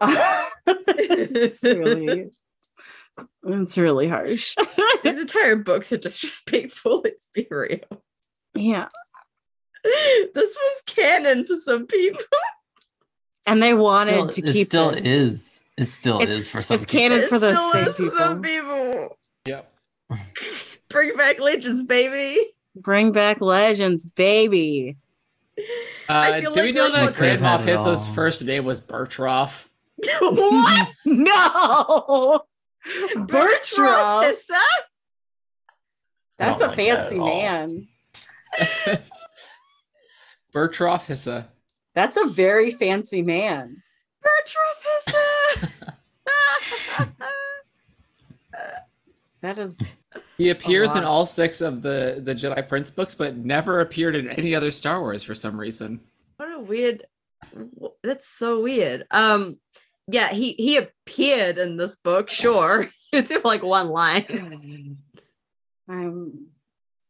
it's really, it's really harsh.
These entire books are disrespectful. Let's be real.
Yeah,
This was canon for some people.
and they wanted to
Still-
keep
it still
this.
is it still
It's-
is for some
It's
people.
canon
It
for those
still
same
is for
people.
some people.
Yep.
Bring back legends, baby.
Bring back legends, baby.
I
Uh,
feel
do we
like
know
we're
that
looking-
Grand Moff
Could've had it
His's
all.
first name was Bertroff?
what?
No,
Bertrand
Bertram.
Tissa?
I don't
That's a
like that at
fancy
Oh all.
man.
Bertroff Hissa.
That's a very fancy man.
Bertrand Hissa.
That is
He appears in
lot.
all six of the the Jedi Prince books, but never appeared in any other Star Wars for some reason.
what a weird wh- that's so weird. Um yeah, he he appeared in this book, sure. He was in like one line.
um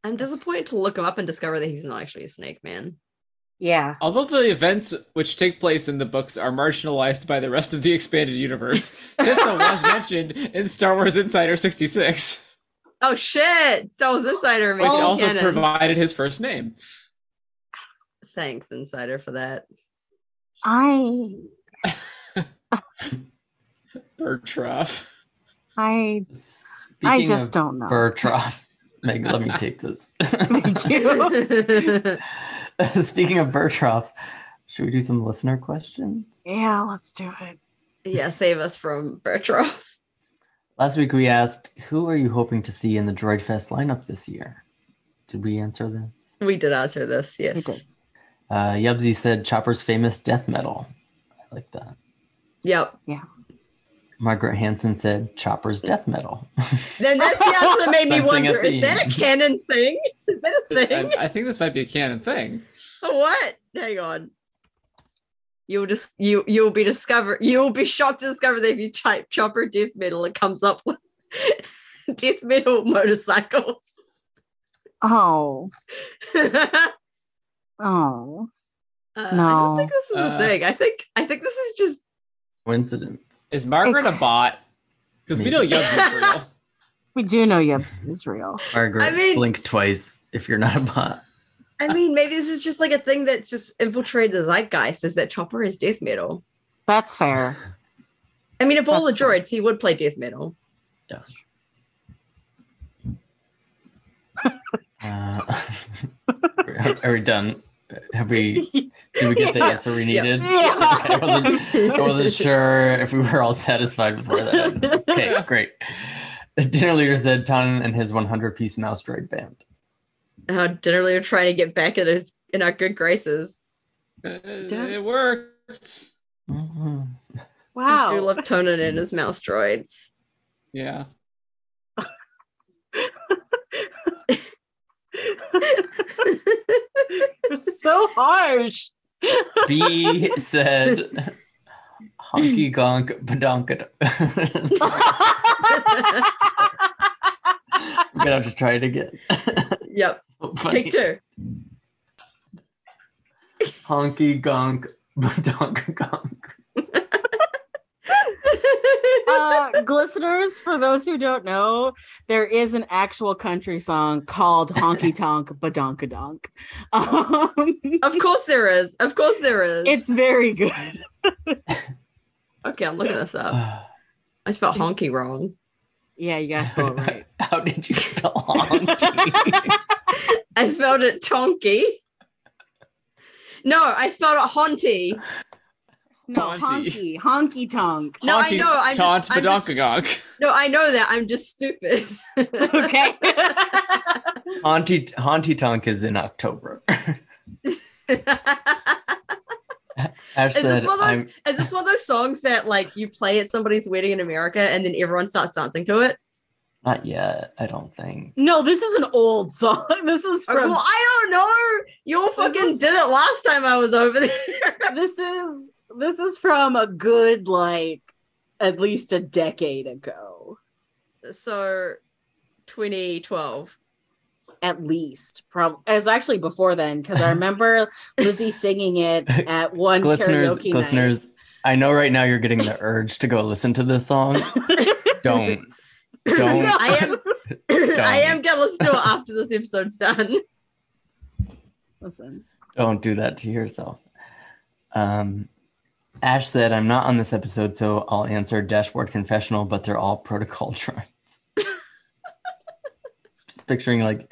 I'm disappointed to look him up and discover that he's not actually a snake man.
yeah.
Although the events which take place in the books are marginalized by the rest of the expanded universe, Tissa was mentioned in Star Wars Insider 66.
Oh shit! Star Wars Insider
which
made it
also
canon.
provided his first name.
Thanks, Insider, for that.
I
Bertroff.
I
Speaking
I just
of
don't know.
Bertroff. Meg, let me take this.
Thank you.
Speaking of Bertroff, should we do some listener questions?
yeah, let's do it.
yeah, save us from Bertrand.
Last week we asked, who are you hoping to see in the Droid Fest lineup this year? Did we answer this?
We did answer this, yes.
did.
Uh, Yubsy said Chopper's famous death metal. I like that.
Yep.
Margaret Hansen said Chopper's death metal.
Then that's the answer that made me
Sensing a
wonder: is that a
theme.
canon thing? Is that a thing?
I, I think this might be a canon thing.
what? Hang on. You'll just you you'll be discover you'll be shocked to discover that if you type chopper death metal, it comes up with death metal motorcycles.
Oh.
Uh,
Oh. No.
I don't think this is a
Uh,
thing. I think I think this is just
Coincidence.
Is Margaret a bot? Because we know
Maybe.
Yubs is real.
We do know Yubs is real.
Margaret,
I mean-
blink twice if you're not a bot.
I mean maybe this is just like a thing that's just infiltrated the zeitgeist is that chopper is death metal.
That's fair.
I mean, of all the
That's fair.
droids, he would play death metal.
Yes. Uh, are, are we done? Have we Did we get the
Yeah.
answer we needed?
Yeah.
I, wasn't, I wasn't sure if we were all satisfied with where that ended. Okay, great. The dinner leader said Ton and his 100 piece mouse droid band.
How Uh, dinner later trying to get back in his in our good graces.
it worked.
Mm-hmm. I do
Wow.
love Tonin and his mouse droids.
Yeah.
so harsh.
B said honky gonk badonkad. I'm
Uh,
gonna have to try it again.
yep. Take two.
honky gonk badonkadonk.
uh, glisteners, for those who don't know, there is an actual country song called Honky Tonk Badonkadonk. Um,
of course there is. Of course there is.
it's very good.
okay, I'm looking this up. I spelled honky wrong.
Yeah, you guys spell it right.
How did you spell honky?
I spelled it tonky. No, I spelled it haunty.
No,
Honky.
honky, honky tonk.
No, I
Haunty
know, I'm
taunt
just- I'm just-
Badonkagog.
No, I know that. I'm just stupid.
Okay.
Haunty Haunty Tonk is in October. Ash
is
said,
this one of those?
I'm-
Is this one of those songs that like you play at somebody's wedding in America and then everyone starts dancing to it?
"Not yet. I don't think."
no, this is an old song. This is
Or,
from
Uh, well, I don't know. You all fucking
is-
did it last time I was over there.
this is this is from a good like at least a decade ago.
so, 2012.
at least probably it was actually before then because i remember lizzie singing it at one
Listeners,
karaoke night
listeners, I know right now you're getting the urge to go listen to this song. Don't, don't.
No.
I am. I am gonna listen to it after this episode's done.
listen
Don't do that to yourself. Um, Ash said, I'm not on this episode, so I'll answer dashboard confessional, but they're all protocol droids. Just picturing like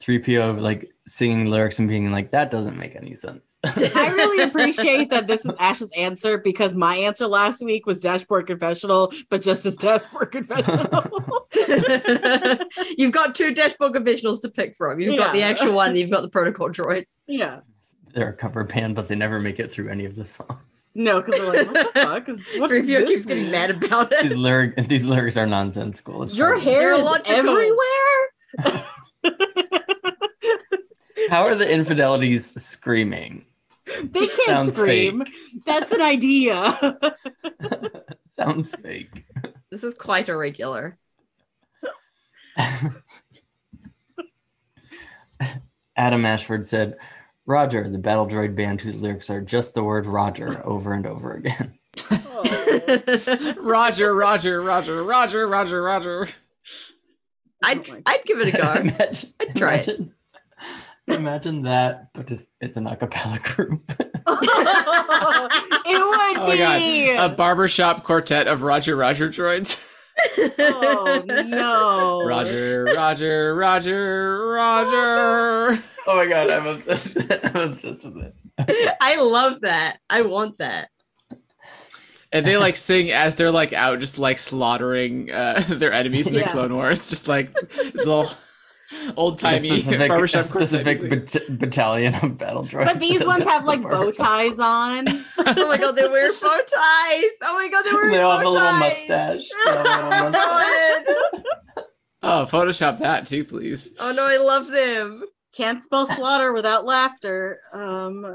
3PO like singing lyrics and being like, that doesn't make any sense.
i really appreciate that this is ash's answer because my answer last week was dashboard confessional but just as dashboard confessional
you've got two dashboard confessionals to pick from. You've got the
Yeah.
actual one, and you've got the protocol droids.
yeah
They're a cover band, but they never make it through any of the songs.
no because they're like what the fuck is what
Three
is
of you
this
keeps getting
mean?
mad about
These,
it.
lyric- these lyrics are nonsensical. It's
your
fine.
hair
They're
is
illogical.
everywhere
How are the infidelities screaming?
they can't
Sounds
scream that's an idea
Sounds fake.
This is quite irregular.
Adam Ashford said, Roger, the battle droid band whose lyrics are just the word Roger over and over again.
Oh.
Roger, Roger, Roger, Roger, Roger, Roger.
I'd,
Oh my-
I'd give it a go.
imagine,
I'd try it.
imagine, imagine that, but it's, it's an acapella group.
it would
Oh my
be
god. A barbershop quartet of Roger, Roger droids.
oh no
Roger, Roger, Roger, Roger.
oh my god, I'm obsessed with it. I'm obsessed with it.
I love that. I want that.
And they like sing as they're like out, just like slaughtering uh, their enemies in the
Yeah.
Clone Wars. Just like little old
A
timey
specific, a
barbershop quartet
specific
music.
bat- battalion of battle droids.
but these ones have like bow
bow
ties on
Oh my god, they wear bow ties. Oh my god, they wear
They all have a little
mustache.
mustache. They all have a little mustache.
Oh, Photoshop that too, please.
Oh no, I love them.
can't spell slaughter without laughter um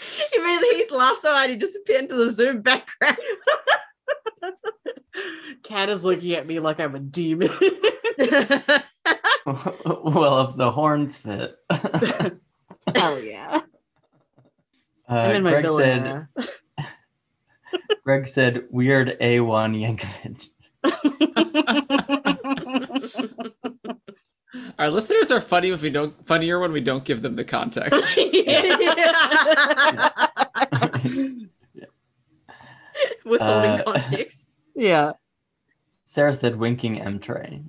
I mean, Heath laughed so hard he disappeared into the Zoom background.
cat is looking at me like i'm a demon
well, if the horns fit. Uh,
hell yeah i'm in my
Greg
villain
said,
era.
Greg said, "Weird A1 Yankovic."
Our listeners are funny if we don't funnier when we don't give them the context.
Withholding
Uh,
context.
yeah
Uh,
Sarah said, "Winking M train."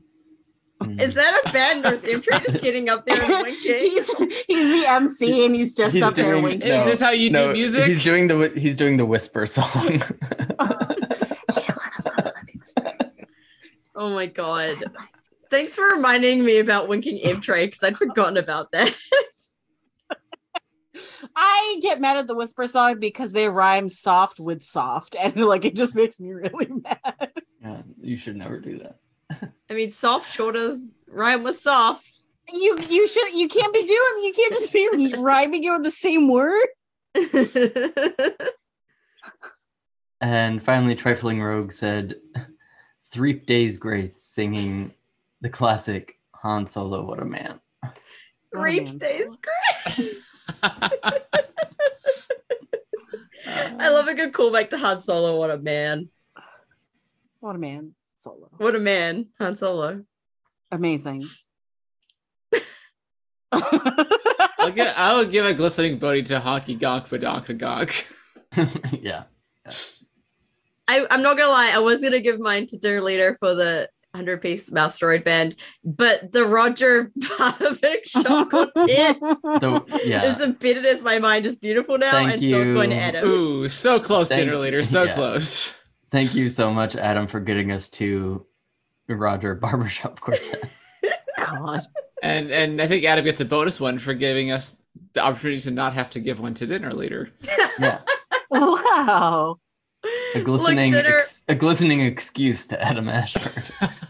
Mm.
Is that a bad North Amtrak just getting up there and winking?
he's he's the MC and he's just
He's
up there
doing-
winking.
Is
No,
this how you
no,
do music?
He's doing the whi- he's doing the whisper song.
Oh my god. Thanks for reminding me about winking Amtrak because I'd forgotten about that.
I get mad at the whisper song because they rhyme soft with soft, and like it just makes me really mad.
yeah, you should never do that.
I mean, soft shoulders rhyme with soft.
You you should you can't be doing you can't just be rhyming it with the same word.
And finally, Trifling Rogue said, Three Days Grace singing the classic Han Solo, What a Man.
Three
man.
days I love a good callback to Han Solo. What a man.
What a man solo.
What a man. Han Solo.
Amazing.
I'll get, I'll give a glistening booty to honky gonk badonka gonk.
yeah.
I, I'm not gonna lie, I was gonna give mine to dinner later for the 100 piece Masteroid band, but the Roger Popovic chocolatier
So, yeah.
is embedded as my mind is beautiful now,
Thank
and so it's going to
you.
Adam.
Mm.
Ooh, so close,
Thank-
dinner leader, so
yeah.
close.
Thank you so much, Adam, for getting us to Roger Barbershop Quartet.
God.
And and I think Adam gets a bonus one for giving us the opportunity to not have to give one to dinner leader.
Yeah.
Wow.
A glistening,
Look, dinner-
ex- a glistening excuse to Adam Ashford.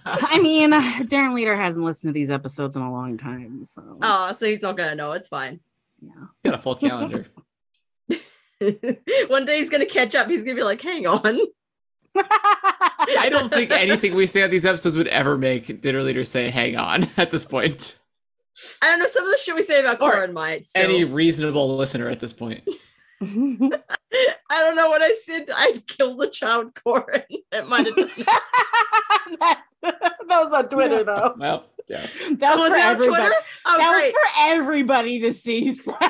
I mean, Darren Leader hasn't listened to these episodes in a long time, so
Oh, so he's not gonna know. It's fine.
Got a full calendar.
One day he's gonna catch up. He's gonna be like, "Hang on."
I don't think anything we say on these episodes would ever make dinner leader say "hang on" at this point.
I don't know. Some of the shit we say about
Or
Corin might. Still.
Any reasonable listener at this point.
I don't know what I said. I'd kill the child Corin. That might have. Done.
that, that was on Twitter though.
Well, yeah.
That was, for
Was it on
everybody.
Twitter? Oh,
that
great!
was for everybody to see.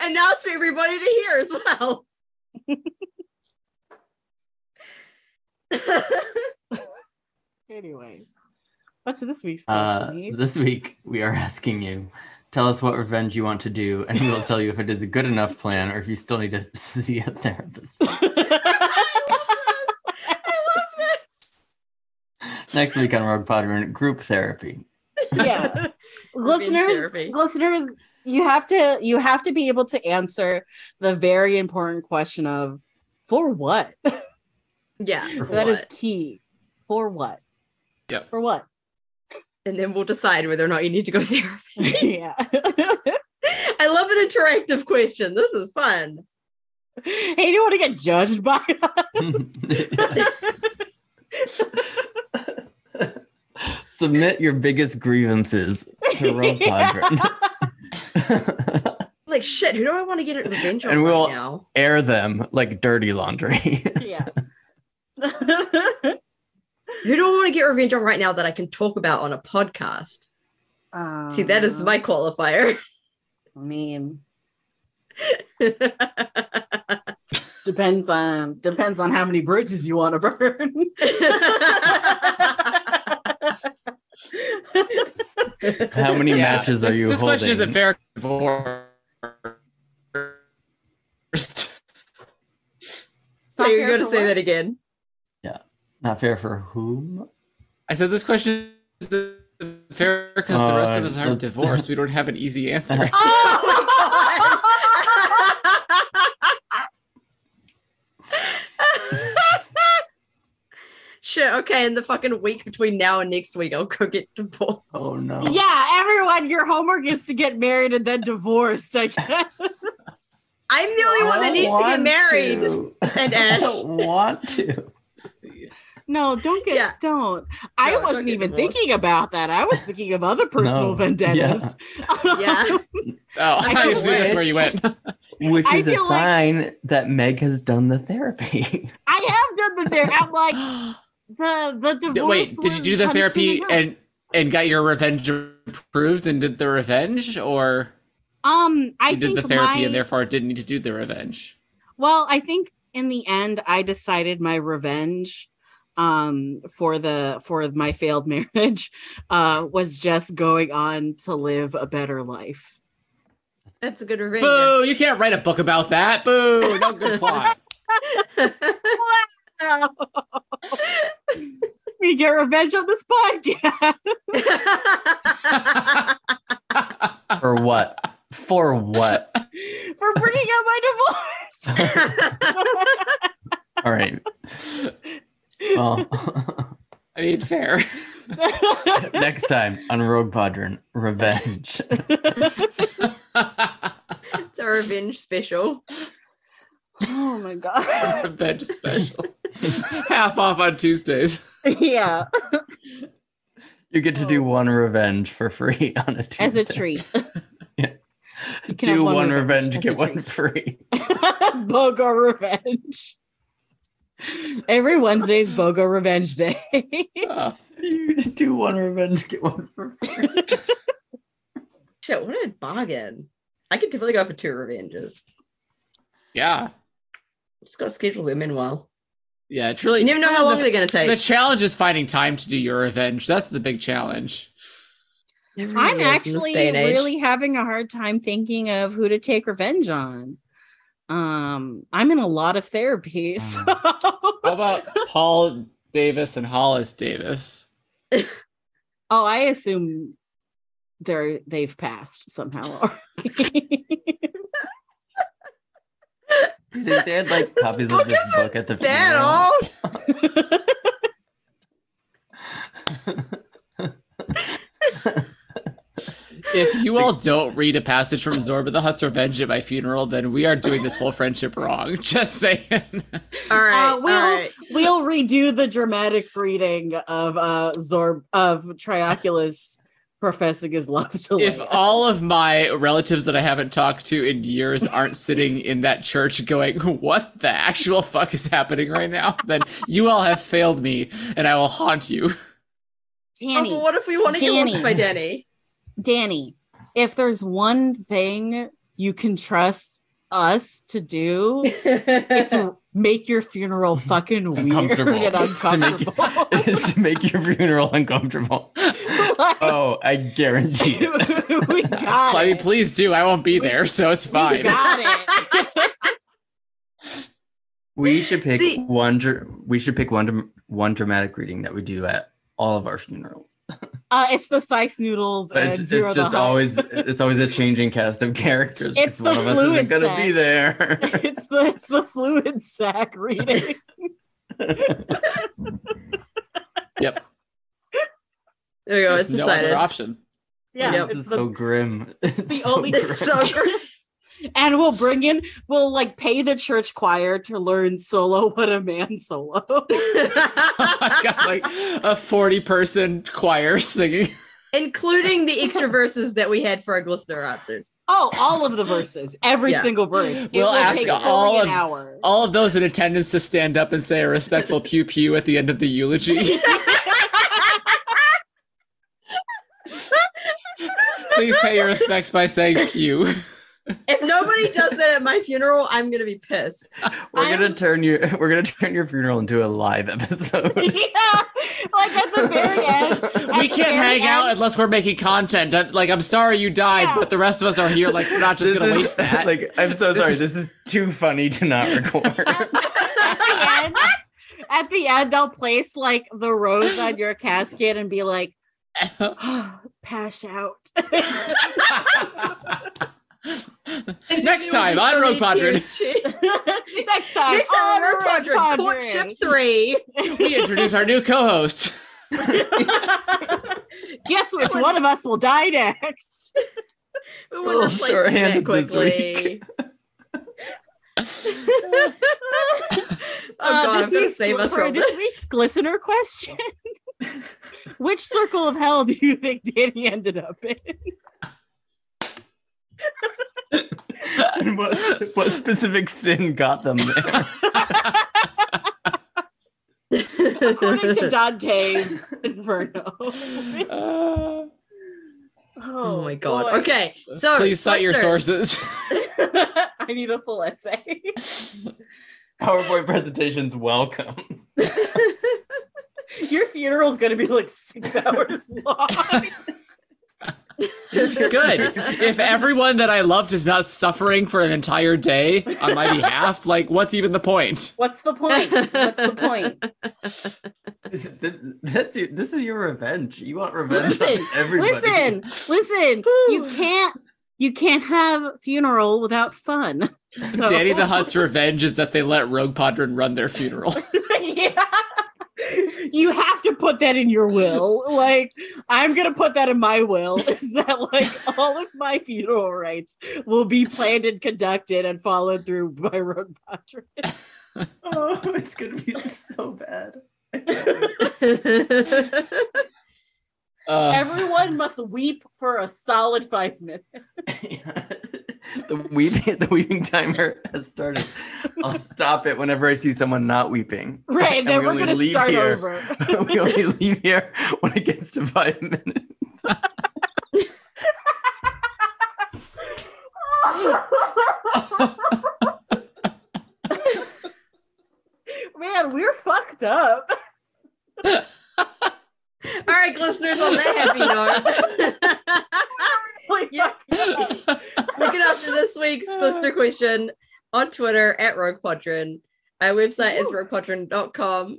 and now it's for everybody to hear as well.
anyway, what's this week's
Uh,
question? Eve?
this week, we are asking you tell us what revenge you want to do, and we will tell you if it is a good enough plan or if you still need to see a therapist. Next week on Rogue Pod, we're in group therapy.
yeah, listeners,
therapy.
listeners, you have to you have to be able to answer the very important question of for what.
yeah,
That is key. For what?
Yep.
For what?
and then we'll decide whether or not you need to go there.
yeah.
I love an interactive question. This is fun.
hey, do you want to get judged by us?
Submit your biggest grievances to Rogue Podron.
Like shit, who do I want to get it revenge on
And we'll-
right now?
Air them like dirty laundry.
Yeah.
Who do I want to get revenge on right now that I can talk about on a podcast? See, that
Uh.
is my qualifier.
Um, I mean, depends on depends on how many bridges you want to burn.
How many
Yeah,
matches
this-
are you
This
holding?
question isn't fair. First.
so you're
fair
going to
for
say
what?
that again.
Not fair for whom?
I said this question is fair because the rest of us
Uh,
aren't divorced. We don't have an easy answer.
Shit, okay, in the fucking week between now and next week, I'll go get divorced.
Oh no.
yeah, everyone, your homework is to get married and then divorced. I guess.
I'm the only one
I
that needs to get
want
married.
to.
and
I
Ash.
don't want to.
No, don't get
Yeah.
don't. I
No, don't
wasn't
get
even
divorced.
thinking about that. I was thinking of other personal
No.
vendettas.
Yeah.
Oh, I,
feel
assume that's where you went.
Which
I
is a
feel like-
sign that Meg has done the therapy.
I have done the therapy. I'm like the the
D-
divorce.
Wait, did you
was
do the
punishment
therapy
enough.
and and got your revenge approved and did the revenge, or
um? I
you did
think
the therapy
my,
and therefore didn't need to do the revenge?
well, I think in the end, I decided my revenge um for the for my failed marriage uh was just going on to live a better life
That's a good revenge.
Boo! You can't write a book about that. Boo! No good plot.
we get revenge on this podcast
For what? For what?
for bringing up my divorce
All right. Well,
I mean, fair.
next time on Rogue Padron, revenge.
it's a revenge special.
oh my god
Revenge special. Half off on Tuesdays.
yeah
You get to do one revenge for free on a Tuesday.
Oh. as a treat You can
Do
have
one, revenge,
as a
get one
treat.
free.
bogo revenge every wednesday's bogo revenge day
Oh,
You do one revenge, get one for free.
Shit, what a bargain. I could definitely go for two revenges.
yeah.
Just gotta schedule them in well.
Yeah. Truly.
You never know how long
the,
they're gonna take.
the challenge is finding time to do your revenge. That's the big challenge.
It really is in
i'm
this
actually
day and age.
really having a hard time thinking of who to take revenge on um i'm in a lot of therapy so
How about Paul Davis and Hollis Davis?
oh i assume they're they've passed somehow already.
You think they had like
This
copies
book
of this
isn't
book at the
that
funeral?
old.
If you all don't read a passage from Zorba the Hutt's Revenge at my funeral, then we are doing this whole friendship wrong. Just saying.
All right.
Uh, we'll-
all right.
we'll redo the dramatic reading of uh zorb of trioculus professing his love to
if
Leia.
all of my relatives that I haven't talked to in years aren't sitting in that church going, What the actual fuck is happening right now? Then you all have failed me and I will haunt you.
Oh, but what if we want to get
Danny.
walked by Danny?
Danny, if there's one thing you can trust us to do, it's make your funeral fucking weird
Uncomfortable.
and
It's to make-
uncomfortable.
is to make your funeral uncomfortable.
Like,
Oh, I guarantee it.
we got
I mean,
it.
please do. I won't be there, so it's
We
fine.
got it.
We should pick
See-
one. dr- We should pick one dr- one dramatic reading that we do at all of our funerals.
Uh, it's the Sykes noodles and
It's, it's
Uh, zero the
just
Hutt.
always it's always a changing cast of characters. 'cause
It's the
one of us
fluid
isn't gonna
set.
be there.
it's the it's the fluid sack reading.
Yep.
There we go.
There's
It's
no
decided.
other option.
Yeah,
Yep.
this
it's
is
the
so grim. It's
the only-
grim.
It's so
and we'll bring in we'll like pay the church choir to learn solo what a man solo
Oh I got like a 40 person choir singing.
Including the extra verses that we had for our glistener answers.
oh all of the verses every
Yeah.
single verse it
We'll
will
ask
take
all
fully an
of-
hour
All of those in attendance to stand up and say a respectful pew pew at the end of the eulogy. Please pay your respects by saying pew.
If nobody does that at my funeral, I'm gonna be pissed.
We're
I'm-
gonna turn your we're gonna turn your funeral into a live episode.
yeah like at the very end at the
we can't
very
hang out
end-
unless we're making content. I'm, like, I'm sorry you died,
Yeah.
but the rest of us are here. Like, we're not just
This
gonna
is-
waste that.
Like, I'm so
This
sorry.
is-
This is too funny to not record.
at the end at the end i'll place like the rose on your casket and be like pass out
Next time on Rogue Padron,
next time
Next time on Rogue Padron,
Padron.
courtship three.
we introduce our new co-host.
Guess which one of us will die next?
We
A little
wouldn't have placed that
shorthanded this
quickly. oh
Uh,
god, I'm gonna
week's-
save us
for
from
this
this.
week's glistener question. which circle of hell do you think Danny ended up in?
and what, what specific sin got them there?
According to Dante's Inferno.
Uh,
oh my
boy.
god. Okay, so
please cite your
listeners,
sources.
I need a full essay.
PowerPoint presentations, welcome.
funeral's gonna be like six hours long.
Good. If everyone that I loved is not suffering for an entire day on my behalf, like, what's even the point?
What's the point? What's the point?
This, this, that's your, this is your revenge. You want revenge
Listen,
on everybody.
listen, listen. You can't you can't have a funeral without fun. So,
Danny the Hutt's revenge is that they let Rogue Padron run their funeral.
yeah. You have to put that in your will. Like, I'm gonna put that in my will. Is that like all of my funeral rites will be planned and conducted and followed through by Rogue Padre?
Oh, it's gonna be so bad.
Uh,
Everyone must weep for a solid five minutes.
the weeping, the weeping timer has started. I'll stop it whenever I see someone not weeping.
Right,
And
then
we
we're
only
gonna
leave
start
here.
over.
we only leave here when it gets to five minutes.
Man, we're fucked up.
All right, listeners, on that happy note,
Like,
Yeah. looking after this week's listener question on Twitter at Rogue Quadrant. Our website is roguequadrant.com.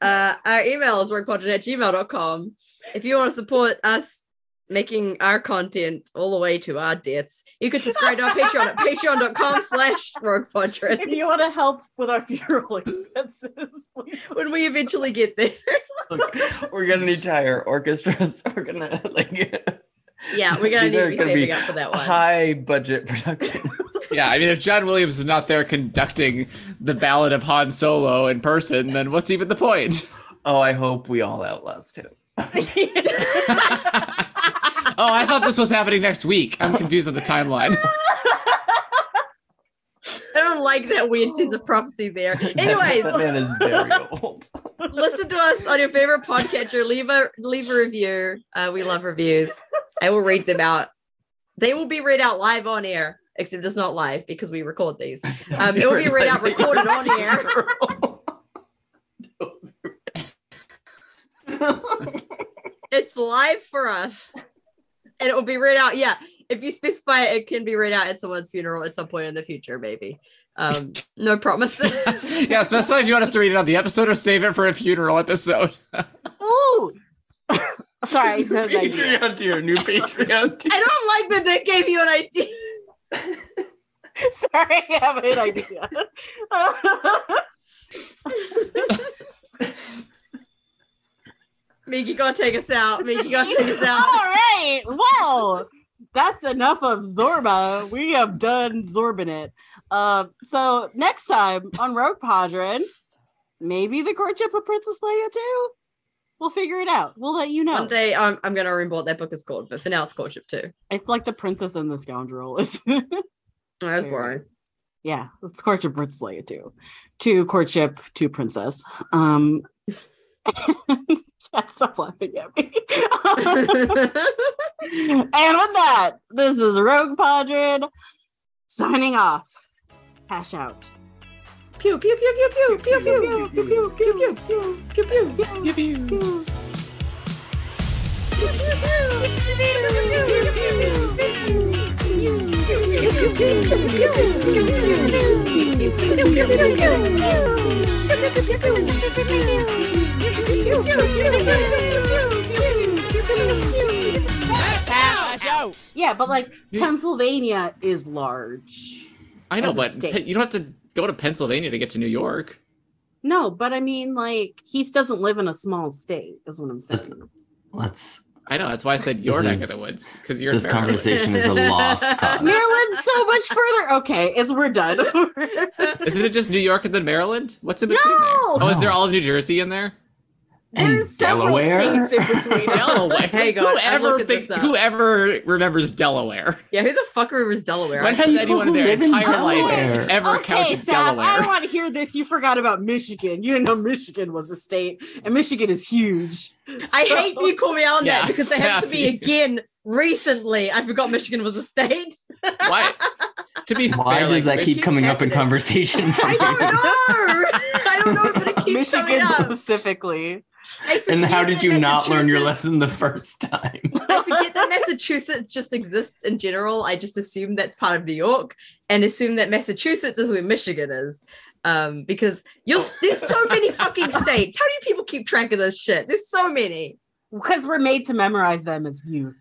Uh, our email is roguequadrant at gmail.com. If you want to support us making our content all the way to our deaths, you can subscribe to our Patreon at patreon.com slash roguequadrant.
if you want to help with our funeral expenses, please.
when we eventually get there.
Look, we're gonna need entire orchestras. We're gonna like
Yeah, we're gonna
These
need to
are
be
gonna
saving
be
up for that one.
high budget production.
yeah, I mean, if John Williams is not there conducting the Ballad of Han Solo in person, then what's even the point?
Oh, I hope we all outlast him.
oh, I thought this was happening next week. I'm confused on the timeline.
I don't like that weird sense of prophecy there. Anyways,
that man is very old.
listen to us on your favorite podcatcher. Leave a leave a review. Uh, we love reviews. I will read them out. They will be read out live on air, except it's not live because we record these. Um, it will be read out recorded on air. It's live for us, and it will be read out. Yeah, if you specify it, it can be read out at someone's funeral at some point in the future, maybe. Um, no promises.
yeah, specify if you want us to read it on the episode or save it for a funeral episode.
Ooh. Sorry, I said an idea.
Patreon tier, new Patreon tier.
I don't like that they gave you an idea.
Sorry, I have an idea.
Miggy, go take us out. Miggy, go take us
All
out.
right. Well, that's enough of Zorba. We have done Zorbin it. Uh, so next time on Rogue Padron, maybe the courtship of Princess Leia too. We'll figure it out. We'll let you know.
One day um, I'm going to remember what that book is called, but for now it's Courtship too.
It's like the princess and the scoundrel. It's-
Oh, That's
Fair.
boring.
yeah, it's courtship Princess Leia too. To courtship to princess. Um stop laughing at me. and with that, this is Rogue Padron signing off. Cash out.
pew, pew, pew, pew, pew, pew, pew, pew, pew, pew, pew, pew, pew, pew.
Yeah, but like Pennsylvania is large.
I know,
As a
but
state.
Pe- you don't have to go to Pennsylvania to get to New York.
No, but I mean like Heath doesn't live in a small state, is what I'm saying.
Let's.
I know that's why I said your
This
neck
is-
of the woods because you're in
This
Maryland.
conversation is a lost cause.
Maryland's so much further. Okay, it's we're done.
Isn't it just New York and then Maryland? What's in between there?
No!
Oh, is there
No.
all of New Jersey in there?
There's several
Delaware?
states in between.
Delaware.
Hey, God, I'm
whoever
looking
think,
this up.
whoever remembers Delaware.
Yeah, who the fuck remembers Delaware?
When
I
has
can't-
anyone in
who
their
live in
entire
Delaware.
life ever
Okay,
counted
Sam, I don't
Delaware?
want to hear this. You forgot about Michigan. You didn't know Michigan was a state, and Michigan is huge.
I
So-
hate that you call me out on that
Yeah,
because they happened to me
savvy.
again recently. I forgot Michigan was a state.
Why? To be fair,
Why does
like,
that keep
keeps
coming up in
happening.
conversation?
I don't know. I don't know, but it keeps coming
Michigan
up.
specifically.
I
And how
forget
did
that
you not learn your
Massachusetts-
lesson the first time?
I forget that Massachusetts just exists in general. I just assume that's part of New York and assume that Massachusetts is where Michigan is. Um, because you'll there's so
Oh.
many fucking states. How do people keep track of this shit? There's so many.
because we're made to memorize them as youth.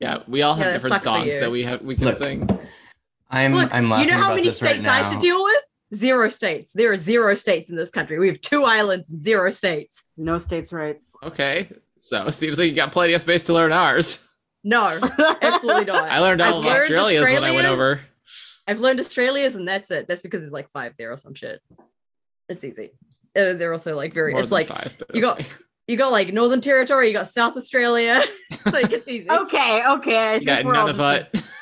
Yeah, we all have
Yeah, that
different
sucks for
songs
you.
that we have we can
Look.
sing.
I'm
Look,
I'm laughing
you know how
about
many
this right
states I have to
now.
deal with? Zero states. There are zero states in this country. We have two islands and zero states.
No states' rights.
Okay, so seems like you got plenty of space to learn ours.
No, absolutely not.
I learned all
I've
of
learned
Australia's, when I went
Australia's.
over.
I've learned Australia's and that's it. That's because there's like five there or some shit. It's easy. Uh, they're also like very.
More
it's
than
like
five, but
you got-
okay.
you got like Northern Territory, you got South Australia. like it's easy.
okay, okay. I
you got
think we're all
none of
just-
it.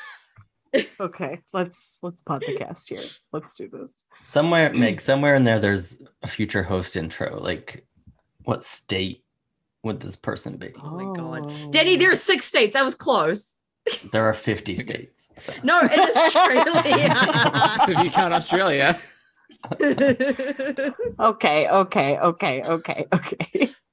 Okay, let's let's pot the cast here. Let's do this.
Somewhere, Meg, somewhere in there, there's a future host intro. Like, what state would this person be?
Oh my God. Denny, there are six states. That was close.
There are 50 states. so-
No, it is Australia.
So if you count Australia,
Okay, okay, okay, okay, okay.